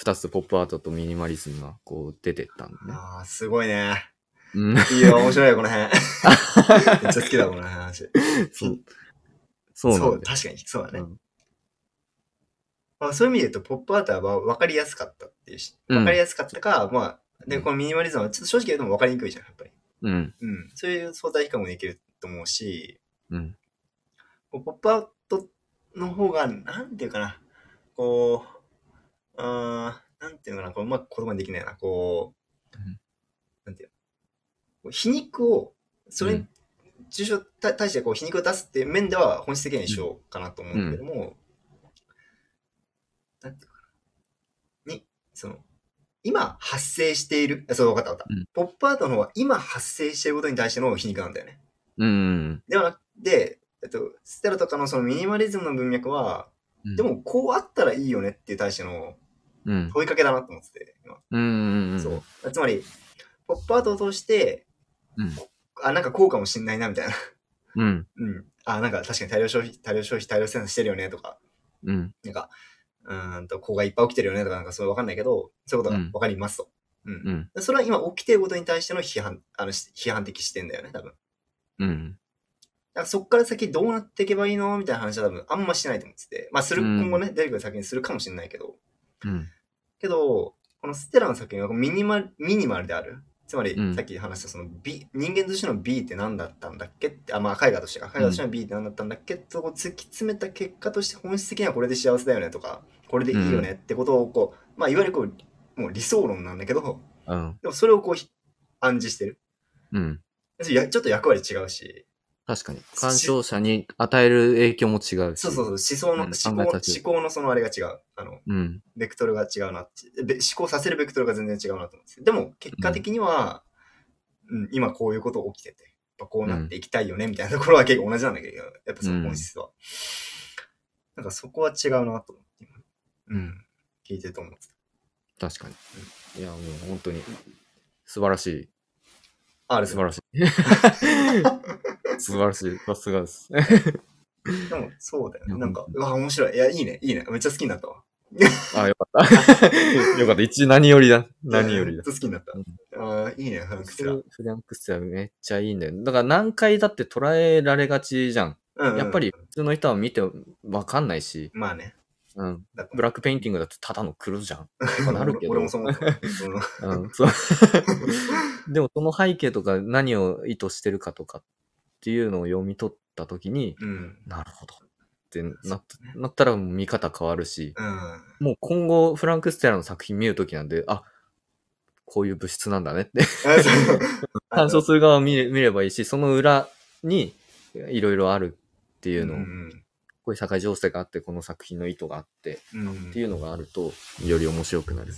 B: 2つポップアートとミニマリズムがこう出てったんだね。
A: ああ、すごいね。
B: うん、 [LAUGHS]
A: いいよ、面白いよ、この辺。めっちゃ好きだ、この辺話。
B: そうそう
A: そ
B: なん
A: う、
B: だよ。
A: 確かに、そうだね。
B: うん
A: まあ、そういう意味で言うと、ポップアートは分かりやすかったっていうし、
B: うん
A: 分かりやすかったか、まあ、で、
B: うん
A: このミニマリズムはちょっと正直言うと分かりにくいじゃん、やっぱり。
B: うん。
A: うん。そういう相対比較もできると思うし、
B: うん。
A: こうポップアウトの方が、なんていうかな、こう、あーなんていうのかな、こううまく言葉にできないな、こう
B: うん、
A: なんていうのこう皮肉を、それ
B: う
A: に
B: ん、
A: 抽象に対対してこう皮肉を出すっていう面では本質的には一緒かなと思うんだけども、なんていうのかな、に、その、今発生している、あそう、わかったわかった、
B: うん
A: ポップアートの方は今発生していることに対しての皮肉なんだよね。
B: うん。
A: ではなくて、えっと、ステラとかのそのミニマリズムの文脈は、
B: うん
A: で、もこうあったらいいよねっていう対しての
B: うん。
A: 問いかけだなと思ってて、今
B: うん。ん
A: そう。つまり、ポップアートを通して、
B: うん。
A: あ、なんかこうかもしんないなみたいな。 [LAUGHS]
B: うん。
A: うん。あ、なんか確かに大量消費、大量消費、大量生産してるよねとか、
B: うん。
A: なんか、うーんと、こうがいっぱい起きてるよねとか、なんかそうわかんないけど、そういうことがわかりますと。うん。
B: うん。
A: でそれは今起きてることに対しての批判、あの、し批判的視点だよね、多分。
B: うん。
A: だからそこから先どうなっていけばいいのみたいな話は多分あんましないと思ってて。まあする、
B: うん
A: 今後ね、出てくる先にするかもしれないけど。
B: うん。
A: けど、このステラの作品はミニマル、ミニマルである。つまり、
B: うん
A: さっき話したその美、人間としての美って何だったんだっけって、あ、まあ絵画としてか、絵画としての美って何だったんだっけとこう突き詰めた結果として本質的にはこれで幸せだよねとか、これでいいよねってことをこう、まあいわゆるこう、もう理想論なんだけど、
B: うん。
A: でもそれをこうひ暗示してる。
B: うん。
A: やちょっと役割違うし、
B: 確かに。鑑賞者に与える影響も違うし。
A: そうそうそう、思想
B: うん
A: の、
B: 考
A: 思
B: え
A: 考、
B: たち
A: 思考のそのあれが違う。あの、
B: うん。
A: ベクトルが違うなって。べ思考させるベクトルが全然違うなと思うんですよでも、結果的には、うん、今こういうこと起きてて、やっぱこうなっていきたいよね、みたいなところは結構同じなんだけど、やっぱその本質は。なんかそこは違うなと思って、うん、聞いてると思ってた。
B: 確かに。いや、もう本当に、素晴らしい。
A: ある
B: 素晴らしい。 [LAUGHS] 素晴らしい。さすがです。
A: でも、そうだよ
B: い
A: ね。
B: や
A: なんか、うわ、面白い。いや、いいね、いいね。めっちゃ好きになったわ。
B: あ、よかった。 [LAUGHS] よかった。一何よりだ。何より
A: め [LAUGHS]
B: だ
A: っち。ゃ好きになった。ああ、いいね、フランクスラ。
B: フランクスはめっちゃいいんだよ。だから何回だって捉えられがちじゃん。
A: うんうん
B: やっぱり、普通の人は見てわかんないし、
A: まあね。
B: うん。
A: だと思う
B: ブラックペインティングだとただの黒じゃん。とかなるけ [LAUGHS] ど。
A: 俺もそう思った。うん
B: うん、そう。でもその背景とか何を意図してるかとかっていうのを読み取ったときに、
A: うん。
B: なるほどってなっ
A: そうね
B: なったらもう見方変わるし、
A: うん。
B: もう今後フランク・ステラの作品見るときなんで、あ、こういう物質なんだねって [LAUGHS] 鑑賞
A: っ
B: する側を見れ見ればいいし、その裏にいろいろあるって
A: て
B: いうのを、
A: うん
B: こういう社会情勢があって、この作品の意図があって
A: うん。う
B: っ
A: ん
B: て
A: い
B: いうのがあると、より面白くなる。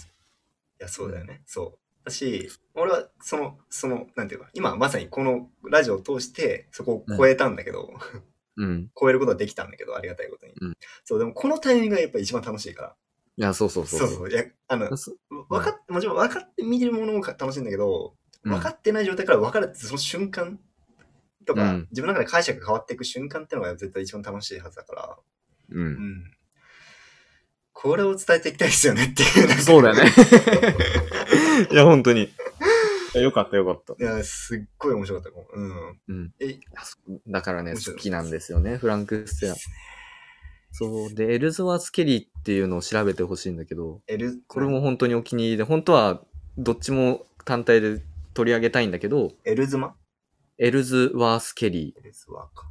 A: や、そうだよね。そう。だし、俺は、その、その、なんていうか、今まさにこのラジオを通して、そこを超えたんだけど、
B: うん。
A: 超えることはできたんだけど、ありがたいことに。
B: うん
A: そう、でもこのタイミングがやっぱ一番楽しいから。
B: いや、そうそう
A: そ
B: そうう
A: そ
B: そうう。
A: いや、あの、
B: そ
A: 分かっもちろん分かって見てるものも楽しいんだけど、
B: うん
A: 分かってない状態から分かるってその瞬間とか、
B: うん
A: 自分の中で解釈が変わっていく瞬間ってのが絶対一番楽しいはずだから、
B: う。
A: うんん。これを伝えていきたいですよねっていう。
B: そうだよね。 [LAUGHS] いや、本当に。いやよかった、よかった
A: い。や、すっごい面白かった。うん。
B: うん。
A: え、
B: だからね、
A: 面白い
B: 好きなんですよね、フランク・ステラ。そう。で、エルズワース・ケリーっていうのを調べてほしいんだけど、
A: エル、
B: これも本当にお気に入りで、本当はどっちも単体で取り上げたいんだけど、
A: エルズマ
B: エルズワース・ケリ
A: エルズワーか。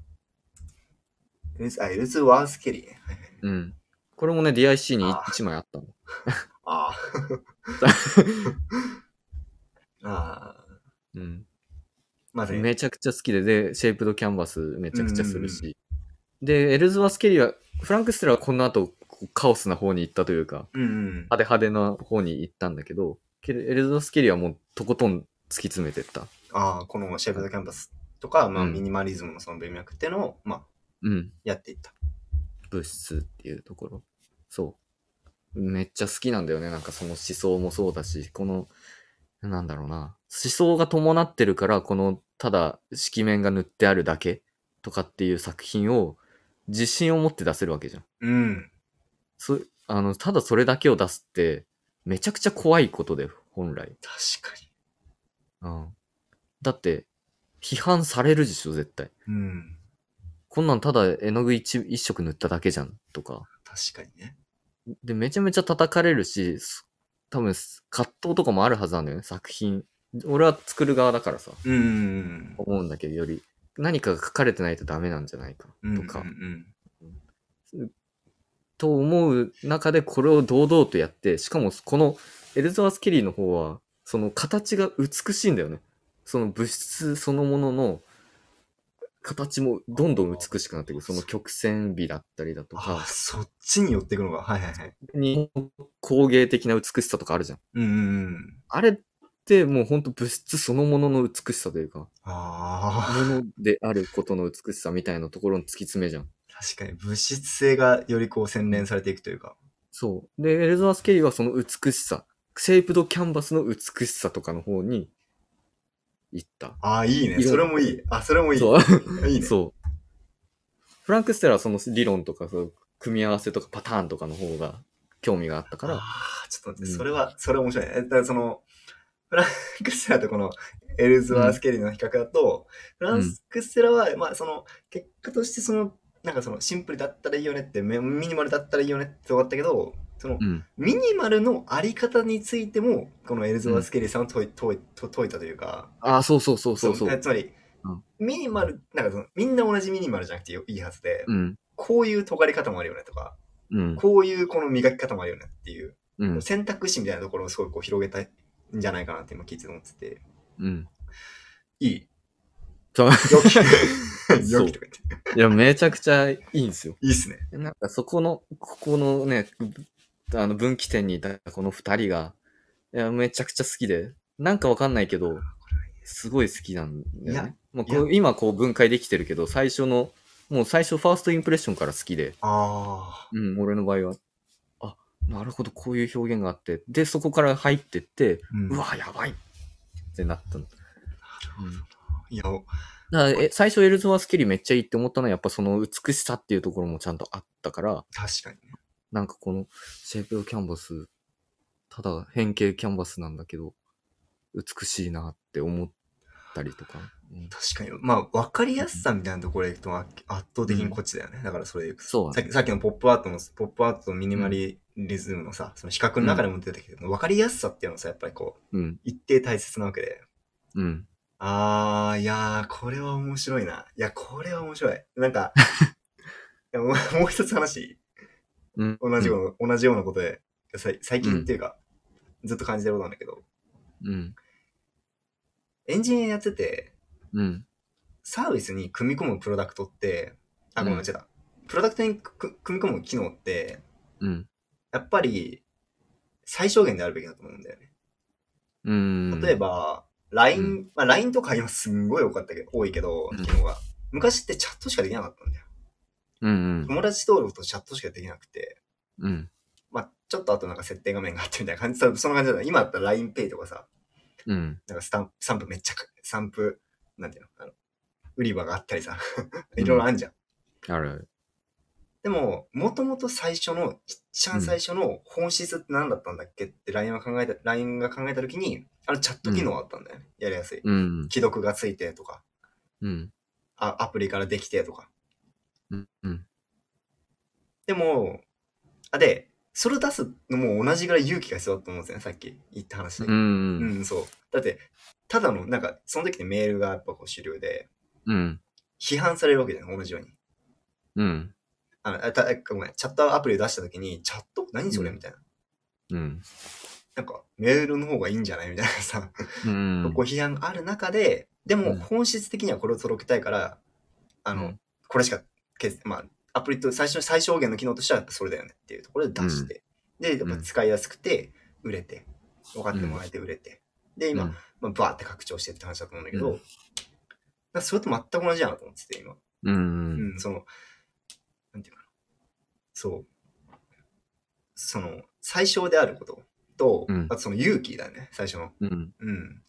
A: エルズ、あ、エルズワースケリーね。はいはい
B: ー。うん。これもね、DIC に
A: あ
B: 1枚あったの。
A: あ
B: [LAUGHS]
A: あ。ああ。
B: うん。
A: まず、
B: めちゃくちゃ好きで、で、シェイプドキャンバスめちゃくちゃするし。で、エルズワース・ケリーは、フランク・ステラはこの後、こうカオスな方に行ったというか、
A: うんうん。
B: 派手派手な方に行ったんだけど、けどエルズワース・ケリーはもうとことん突き詰めてった。
A: ああ、このシェイプドキャンパスとか、まあ、
B: うん
A: ミニマリズムのその文脈っていうのを、まあ、
B: うん。
A: やっていった。
B: 物質っていうところ。そう。めっちゃ好きなんだよね。なんかその思想もそうだし、この、なんだろうな。思想が伴ってるから、この、ただ、色面が塗ってあるだけとかっていう作品を、自信を持って出せるわけじゃん。
A: うん。
B: そ、あの、ただそれだけを出すって、めちゃくちゃ怖いことで、本来。
A: 確か
B: うん。だって、批判されるでしょ、絶対。
A: に。うん。
B: こんなんただ絵の具一一色塗っただけじゃんとか。
A: 確かにね。
B: で、めちゃめちゃ叩かれるし、す多分す葛藤とかもあるはずなんだよね、作品。俺は作る側だからさ、
A: うんうん
B: 思うんだけど、より何かが書かれてないとダメなんじゃないか
A: うん。
B: とか、
A: うんうん
B: と思う中でこれを堂々とやって、しかもこのエルザワス・ケリーの方は、その形が美しいんだよね。その物質そのものの形もどんどん美しくなっていくる。その曲線美だったりだと
A: うん。ああ、
B: か、
A: そっちに寄っていくのが。はいはいはい。
B: に工芸的な美しさとかあるじゃん。
A: うんうんうん。
B: あれってもうほんと物質そのものの美しさというか、
A: あ
B: ものであることの美しさみたいなところの突き詰めじゃん。
A: あ、確かに物質性がよりこう洗練されていくというか。
B: そう。で、エルザワス・ケリーはその美しさ、シェイプドキャンバスの美しさとかの方に行った。
A: ああ、いいね。
B: 色
A: それもいい。あ、それもいい。
B: そう
A: いいね。
B: [LAUGHS] そう。フランク・ステラはその理論とか、そう組み合わせとかパターンとかの方が興味があったか
A: あ
B: ら、
A: あ、ちょっと待って、
B: うん
A: それは、それ面白いね。えだからその、フランク・ステラとこのエルズワース・ケリーの比較だと、フランク・ステラは、まあその、結果としてその、なんかそのシンプルだったらいいよねって、めミニマルだったらいいよねって終わったけど、その、
B: うん。
A: ミニマルのあり方についても、このエルズワース・ケリーさんを問い,、問い問いたというか、
B: ああ、そうそうそうそうそ
A: え
B: う。
A: つまり、
B: うん
A: ミニマル、なんかその、みんな同じミニマルじゃなくていいはずで、
B: うん。
A: こういう尖り方もあるよねとか、
B: うん。
A: こういうこの磨き方もあるよねっていう、
B: うん。
A: 選択肢みたいなところをすごいこう広げたいんじゃないかなって今聞いてて思ってて、
B: [LAUGHS] うん。
A: いい。
B: そう [LAUGHS]
A: 良き。
B: そう
A: 良きとか言って。
B: いや、めちゃくちゃいいんですよ。
A: いいっすね。
B: なんかそこの、ここのね、ぶあの分岐点にいたこの二人が、いや、めちゃくちゃ好きで、なんかわかんないけど、すごい好きなんだよ
A: い
B: ね
A: や。
B: まあ、こう今こう分解できてるけど、最初の、もう最初ファーストインプレッションから好きで、
A: あ
B: うん、俺の場合は、あ、なるほど、こういう表現があって、で、そこから入ってって、
A: あ、うん
B: うわ、やばいってなったの。うん
A: いや、お
B: だからえ最初エルズワース・ケリーめっちゃいいって思ったのはやっぱその美しさっていうところもちゃんとあったから、
A: 確かにね。
B: なんかこのシェイプドキャンバス、ただ変形キャンバスなんだけど、美しいなって思ったりとか。うん
A: 確かに。まあ、わかりやすさみたいなところでいくとあ圧倒的にこっちだよね。だからそれでいくと
B: そう
A: さっ
B: だね。
A: きさっきのポップアートの、ポップアートとミニマリリズムのさ、その比較の中でも出てきたけど、わかりやすさっていうのはさ、やっぱりこう、
B: うん、
A: 一定大切なわけで。
B: うん、
A: あー、いやー、これは面白いな。いや、これは面白い。なん [LAUGHS] か、いやもうもう一つ話、
B: うん。
A: 同じような、同じようなことで、さい最近っていうか、ずっと感じてることなんだけど、
B: うん、
A: エンジニアやってて、
B: うん、
A: サービスに組み込むプロダクトって、あ、ごめん、
B: うん
A: 間違えた。プロダクトにく組み込む機能って、
B: うん、
A: やっぱり、最小限であるべきだと思うんだよね。
B: うん。
A: 例え、ば、LINE、
B: うん
A: まあ LINE とか今すんごい多かったけど、多いけど
B: うん、
A: 機能が。昔ってチャットしかできなかったんだよ。
B: うん、
A: 友達登録とチャットしかできなくて、
B: うん、うん、
A: まあ、ちょっと後なんか設定画面があってみたいな感じ、そその感じだった。今だったら LINEPay とかさ、
B: うん、
A: なんかスタンプ、スタンプめっちゃか、スタンプ、なんていうの、あの、売り場があったりさ、いろいろあんじゃん。
B: あるある。
A: でも、もともと最初の、一番最初の本質って何だったんだっけって LINE は考えた、LINE が考えた時に、あのチャット機能あったんだよね。やりやすい。
B: うん、
A: 既読がついてとか、
B: うん、
A: あアプリからできてとか。
B: うん、うん、
A: でも、あ、で、それ出すのも同じぐらい勇気が必要だと思うんですよね、さっき言った話で。
B: うん、
A: うん、そう。だって、ただの、なんか、その時ってメールがやっぱこう主流で、
B: うん、
A: 批判されるわけじゃない、同じように。
B: うん、
A: あの、あたあごめん、チャットアプリを出した時に、チャット何それ
B: うん
A: みたいな。
B: うん、
A: なんか、メールの方がいいんじゃないみたいなさ、
B: うん。
A: ご批判がある中で、で
B: う
A: も、
B: ん
A: 本質的にはこれを届けたいから、あの、
B: うん
A: これしかけ、まあ、アプリと最初の最小限の機能としてはやっぱそれだよねっていうところで出して、で、やっぱ使いやすくて、売れて、分かってもらえて売れて、で、今、まあ、バーって拡張してって話だと思うんだけど、
B: うん
A: だからそれと全く同じやなと思ってて、今。
B: うん、う、
A: うんん、その、なんていうかな。そう。その、最小であることと、
B: うん
A: あとその勇気だね、最初の。
B: うん。
A: うん。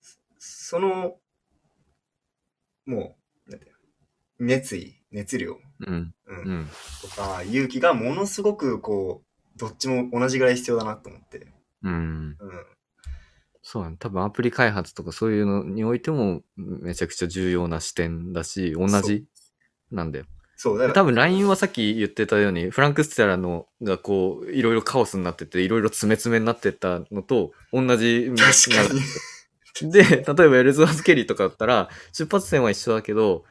A: そその、もう、なんていうの熱意、熱量、
B: うん。
A: うん
B: うん。
A: とか、勇気がものすごく、こう、どっちも同じぐらい必要だなと思って。
B: うん。
A: うん。
B: そうだね。多分アプリ開発とかそういうのにおいてもめちゃくちゃ重要な視点だし、同じなんだよ。
A: そう、だか
B: 多
A: ら、
B: 分 LINE はさっき言ってたように、フランク・ステラのがこう、いろいろカオスになってて、いろいろ詰め詰めになってったのと、同じ。
A: 確かに。
B: で、例えばエルズワース・ケリーとかだったら、出発点は一緒だけど、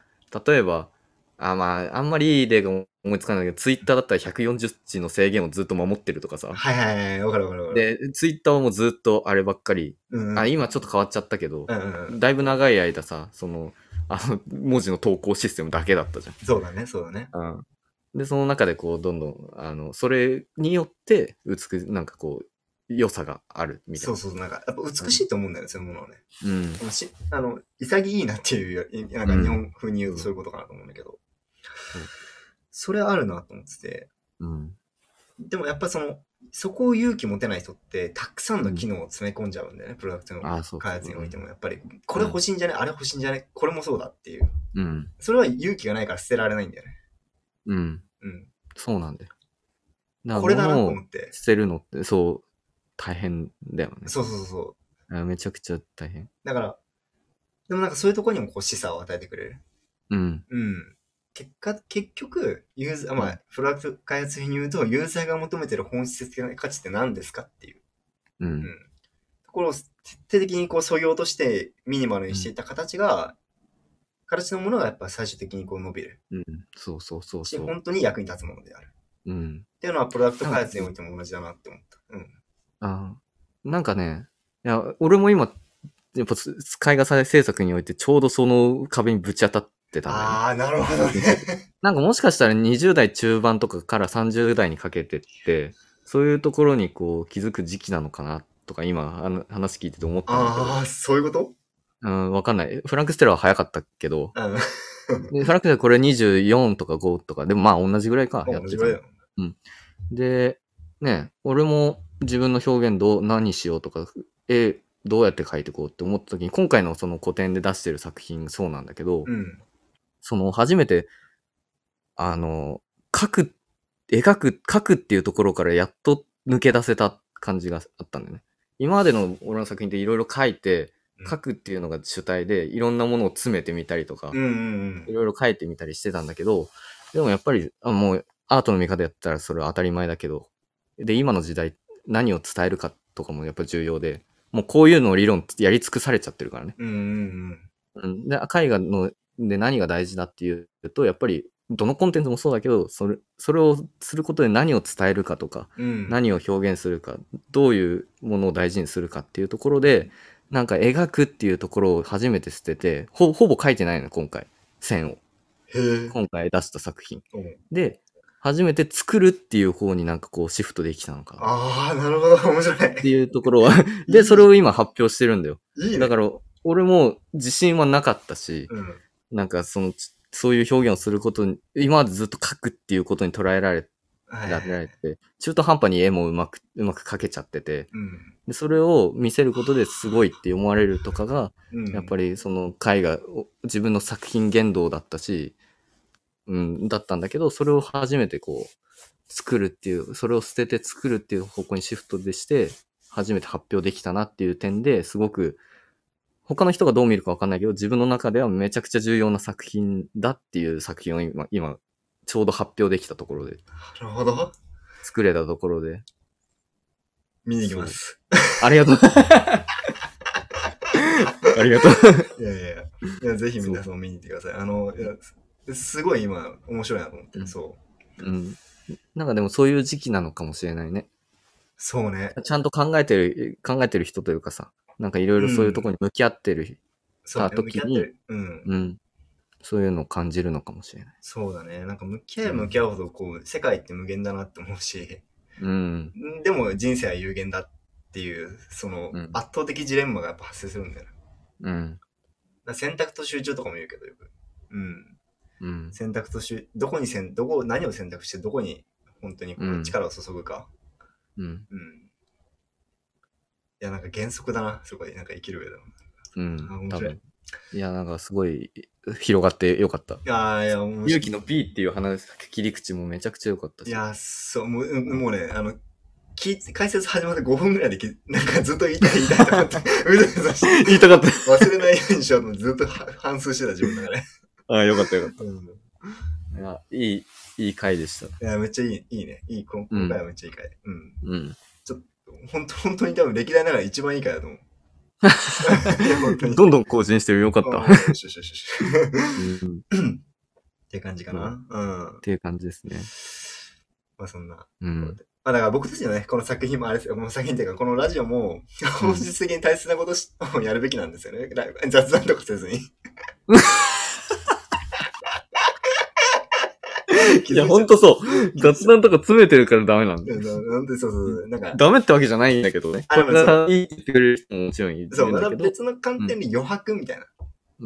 B: 例えば、あ、まあ、あんまりいい例が思いつかないけど、ツイッターだったら140字の制限をずっと守ってるとか
A: は
B: さ。
A: いはいはい、わかるわかるわかる。
B: で、ツイッターはもうずっとあればっかり。
A: うんうん、
B: あ、今ちょっと変わっちゃったけど
A: う、んうんうん、
B: だいぶ長い間さ、その、あの、 [LAUGHS] 文字の投稿システムだけだったじゃん。
A: そうだね、そうだね。
B: うん、でその中でこうどんどんあのそれによって美しなんかこう良さがあるみたい
A: そ
B: な
A: うそう、なんか、やっぱ美しいと思うんだよね、そういうものはね。
B: う、ん、
A: でもしあの、潔いなっていうよ、いなんか日本風に言うとそういうことかなと思うんだけど、
B: うん
A: それあるなと思ってて、
B: うん、
A: でもやっぱその、そこを勇気持てない人って、たくさんの機能を詰め込んじゃうんだよね、プロダクトの
B: あそう
A: 開発においても、やっぱり、これ欲しいんじゃね、あれ欲しいんじゃね、これもそうだっていう。
B: うん
A: それは勇気がないから捨てられないんだよね。
B: うん
A: うん。
B: そうなんだよだから
A: これだなと
B: 物を
A: 思って。
B: 捨てるのってそう大変だよね
A: そうそうそうそう。
B: あめちゃくちゃ大変
A: だから、でもなんかそういうとこにもこう示唆を与えてくれる。
B: うん
A: うん。結果、結局、ユーザー、ま
B: う
A: あ、プロダクト開発に言うと、ユーザーが求めてる本質的な価値って何ですかっていう
B: うん、
A: んところを徹底的にこう、削ぎ落として、ミニマルにしていった形が、形のものがやっぱ最終的にこう伸びる
B: うん、そうそうそう
A: し、
B: そう
A: 本当に役に立つものである。っ
B: うん
A: ていうのは、プロダクト開発においても同じだなって思った。うん。
B: あなんかねいや俺も今やっぱす絵画祭制作においてちょうどその壁にぶち当たってたんだよね
A: ああ、なるほどね。
B: なんかもしかしたら20代中盤とかから30代にかけてって、そういうところにこう気づく時期なのかなとか今あの話聞いてて思ったんだ
A: [LAUGHS] ああ、そういうこと
B: けど、うん、わかんない。フランク・ステラは早かったけど、
A: うん。
B: でフランク・ステラこれ24とか5とか、でもまあ同じぐらいか、やっ
A: 面
B: てた
A: 白いよ
B: の。。で、ね、俺も自分の表現どう、何しようとか、絵どうやって描いていこうって思った時に、今回のその古典で出してる作品そうなんだけど、
A: うん。
B: その初めて、あの、書く、描く、書くっていうところからやっと抜け出せた感じがあったんだよね。今までの俺の作品っていろいろ書いて
A: うん、
B: 書くっていうのが主体で、いろんなものを詰めてみたりとか
A: うん、うん
B: いろいろ書いてみたりしてたんだけど、でもやっぱり、あもうアートの見方やったらそれは当たり前だけど、で、今の時代何を伝えるかとかもやっぱ重要で、もうこういうのを理論やり尽くされちゃってるからね。
A: うん。うんうんうん。
B: うん、で絵画ので何が大事だっていうとやっぱりどのコンテンツもそうだけどそれそれをすることで何を伝えるかとか、
A: うん。
B: 何を表現するかどういうものを大事にするかっていうところでなんか描くっていうところを初めて捨ててほほぼ描いてないの今回線を
A: へえ。
B: 今回出した作品
A: うん
B: で初めて作るっていう方になんかこうシフトできたのかなっ
A: ああ、なるほど。 [LAUGHS] 面白い。
B: ていうところはでそれを今発表してるんだよ
A: いいね。
B: だから俺も自信はなかったし、
A: うん。
B: なんかその、ちそういう表現をすることに、今までずっと書くっていうことに捉えられ
A: はい
B: られて、中途半端に絵もうまく、うまく描けちゃってて、
A: うん。
B: でそれを見せることですごいって思われるとかが、
A: うん。
B: やっぱ
A: り。
B: りその絵画を、自分の作品言動だったし、うん、だったんだけど、それを初めてこう、作るっていう、それを捨てて作るっていう方向にシフトでして、初めて発表できたなっていう点ですごく、他の人がどう見るかわかんないけど、自分の中ではめちゃくちゃ重要な作品だっていう作品を今、今、ちょうど発表できたところで、
A: なるほど。
B: 作れたところで、
A: 見に行きます。
B: ありがとう。 [LAUGHS] ありがと
A: い
B: う。
A: やいやいや、ぜひ皆さんも見に行ってください。あの、いや、すごい今、面白いなと思って
B: う
A: る。
B: ん
A: そう。
B: うん。なんかでもそういう時期なのかもしれないね。
A: そうね。
B: ちゃんと考えてる、考えてる人というかさ、なんかいろいろそういうところに向き合ってる、
A: そうね
B: さあ時
A: 向き
B: に
A: 合ってるうん。
B: うん、そういうのを感じるのかもしれない。
A: そうだね。なんか向き合えば向き合うほど、こう、世界って無限だなって思うし、 [LAUGHS]
B: うん。
A: でも人生は有限だっていう、その
B: うん、
A: 圧倒的ジレンマがやっぱ発生するんだよね。だか
B: うん。
A: ら選択と集中とかも言うけど、よく。うん。
B: うん。
A: 選択とし、どこに選、どこ、何を選択して、どこに本当にこう
B: うん
A: 力を注ぐか。
B: うん。
A: うん。いや、なんか原則だな、そこで、なんか生きる上での。あ
B: うん。
A: 面
B: 多
A: 白い
B: 分。いや、なんかすごい広がってよかった。
A: いやーいや、もう、
B: 勇気の B っていう話、切り口もめちゃくちゃ良かったし。
A: いやー、そう、もう、うんもうね、あの、聞い解説始まって5分ぐらいでき、 [LAUGHS] なんかずっと言いたい言いたいと思って、 [LAUGHS] うずうずして、
B: [LAUGHS] 言いたかった。
A: 忘れないようにしようと思ってずっとは反芻してた自分だから。
B: ああ、よかったよかった。
A: うん
B: いやいい、いい回でした。
A: いや、めっちゃいい、いいね。いい、こん
B: うん
A: 今回はめっちゃいい回。うん。
B: うん。
A: 本当本当に多分歴代ながら一番いい回だと
B: [LAUGHS]
A: 思う。本当に。
B: どんどん更新してるよかっ
A: うん
B: た。
A: よしよしよしよしっ
B: うん、
A: て感じかな。うん
B: っ。ていう感じですね。
A: まあそんな。
B: う
A: ま
B: ん。
A: あだから僕たちのね、この作品もあれですよ、この作品っていうか、このラジオも、本質的に大切なことし [LAUGHS] をやるべきなんですよね。ライブ雑談とかせずに。
B: [LAUGHS] いや、ほんとそう。雑談とか詰めてるからダメなんだ
A: う
B: よ
A: ん。なんで、そうそうそう。なんか、
B: ダメってわけじゃないんだけどね。
A: あでもそう
B: こんないいって言ってくれる人ももちろんいるんだ
A: そう、また
B: けど。
A: 別の観点で余白みたいな。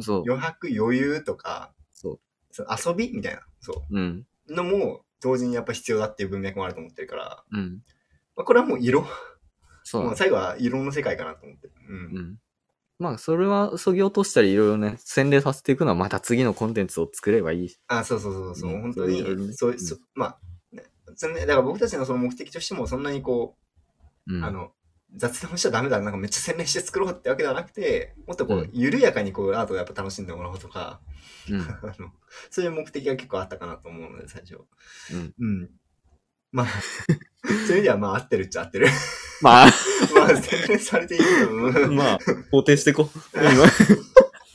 B: そう。
A: 余白、余裕とか、
B: そう
A: その遊びみたいな。そ
B: うん。
A: う。のも、同時にやっぱ必要だっていう文脈もあると思ってるから、
B: うん。
A: まあ、これはもう色。
B: そう
A: も
B: なん
A: う最後は色の世界かなと思って。うん
B: うん。まあ、それは、そぎ落としたり、いろいろね、洗礼させていくのは、また次のコンテンツを作ればいいし。
A: あ、そうそうそうそう、
B: うん
A: 本当に
B: そういうのね、
A: そう、そうまあ、ねそんなだから僕たちのその目的としても、そんなにこ
B: う
A: う、
B: ん。
A: あの、雑談をしちゃダメだ、なんかめっちゃ洗練して作ろうってわけではなくて、もっとこ
B: う
A: う、
B: ん
A: 緩やかにこう、アートをやっぱ楽しんでもらおうとか、 [LAUGHS]
B: うん。
A: あの、そういう目的が結構あったかなと思うので、最初。
B: うん。
A: うん。まあ、 [LAUGHS] そういう意味では、まあ、合ってるっちゃ合ってる。 [LAUGHS]
B: まあ、
A: まあ、洗練されていいけど、うん [LAUGHS]
B: まあ、肯定していこう。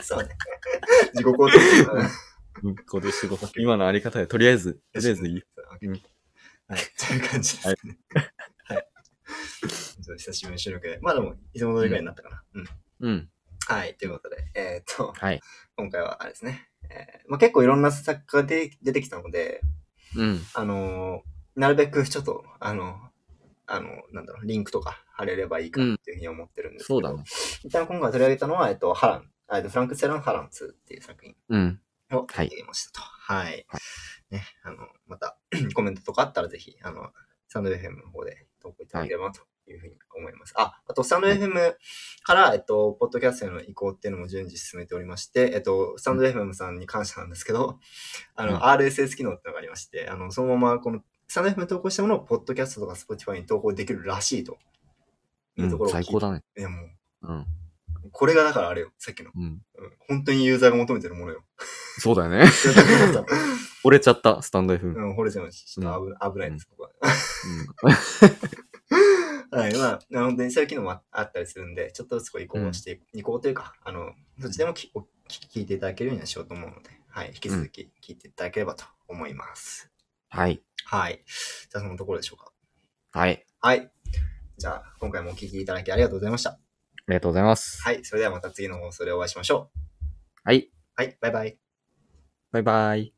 A: そうね。 [LAUGHS] 自己肯定感。
B: 今、肯定していこう。今のあり方で、とりあえず、とりあえずいい。
A: うんはい、という感じですね。はい。 [LAUGHS] そう久しぶりの収録で。まあでも、いつも通りぐらいになったかな。うん。
B: うん。
A: はい、ということで、えーっと、
B: はい。
A: 今回はあれですね。えーまあ、結構いろんな作家が出て出てきたので、
B: うん。
A: あのーなるべくちょっと、あの、あの、なんだろう、リンクとか貼れればいいかなっていうふうに思ってるんですけど、
B: そうだね。
A: 一旦今回取り上げたのは、えっと、ハラン、えっとフランク・セラのハラン2っていう作品
B: うん。
A: を
B: はい
A: 入れましたと。はい。
B: は
A: ね、あの、また、 [CLEARS THROAT] コメントとかあったらぜひ、あの、スタンド FM の方で投稿いただければなというふうに思います。あ、あと、スタンド FM から、えっと、ポッドキャストへの移行っていうのも順次進めておりまして、えっと、スタンド FM さんに感謝なんですけど、あの、
B: うん
A: RSS 機能ってのがありまして、あの、そのまま、この、スタンド FM に投稿したものを、ポッドキャストとか Spotify に投稿できるらしいと。いううとこ
B: ん
A: ろを聞い
B: 最高だね。
A: いや、もう、
B: うん。
A: これがだからあれよ、さっきの。
B: うん。
A: うん本当にユーザーが求めてるものよ。 [LAUGHS]
B: そうだよ
A: だ
B: ね。
A: からさ
B: 折れちゃった、スタンド F。
A: うん、掘れちゃいました。ちょっと危危ないです、ここは。はい、まあ、なので、そういう機能もああったりするんで、ちょっとずつこう移行して、移行というか、あの、どっちでもきお聞聞いていただけるようにはしようと思うので、はい、引き続き聞いていただければと思います。
B: [LAUGHS] はい。
A: はい。じゃあ、そのところでしょうか。
B: はい。
A: はい。じゃあ、今回もお聞きいただきありがとうございました。
B: ありがとうございます。
A: はい、それではまた次の放送でお会いしましょう。
B: はい。
A: はい、バイバイ。
B: バイバイ。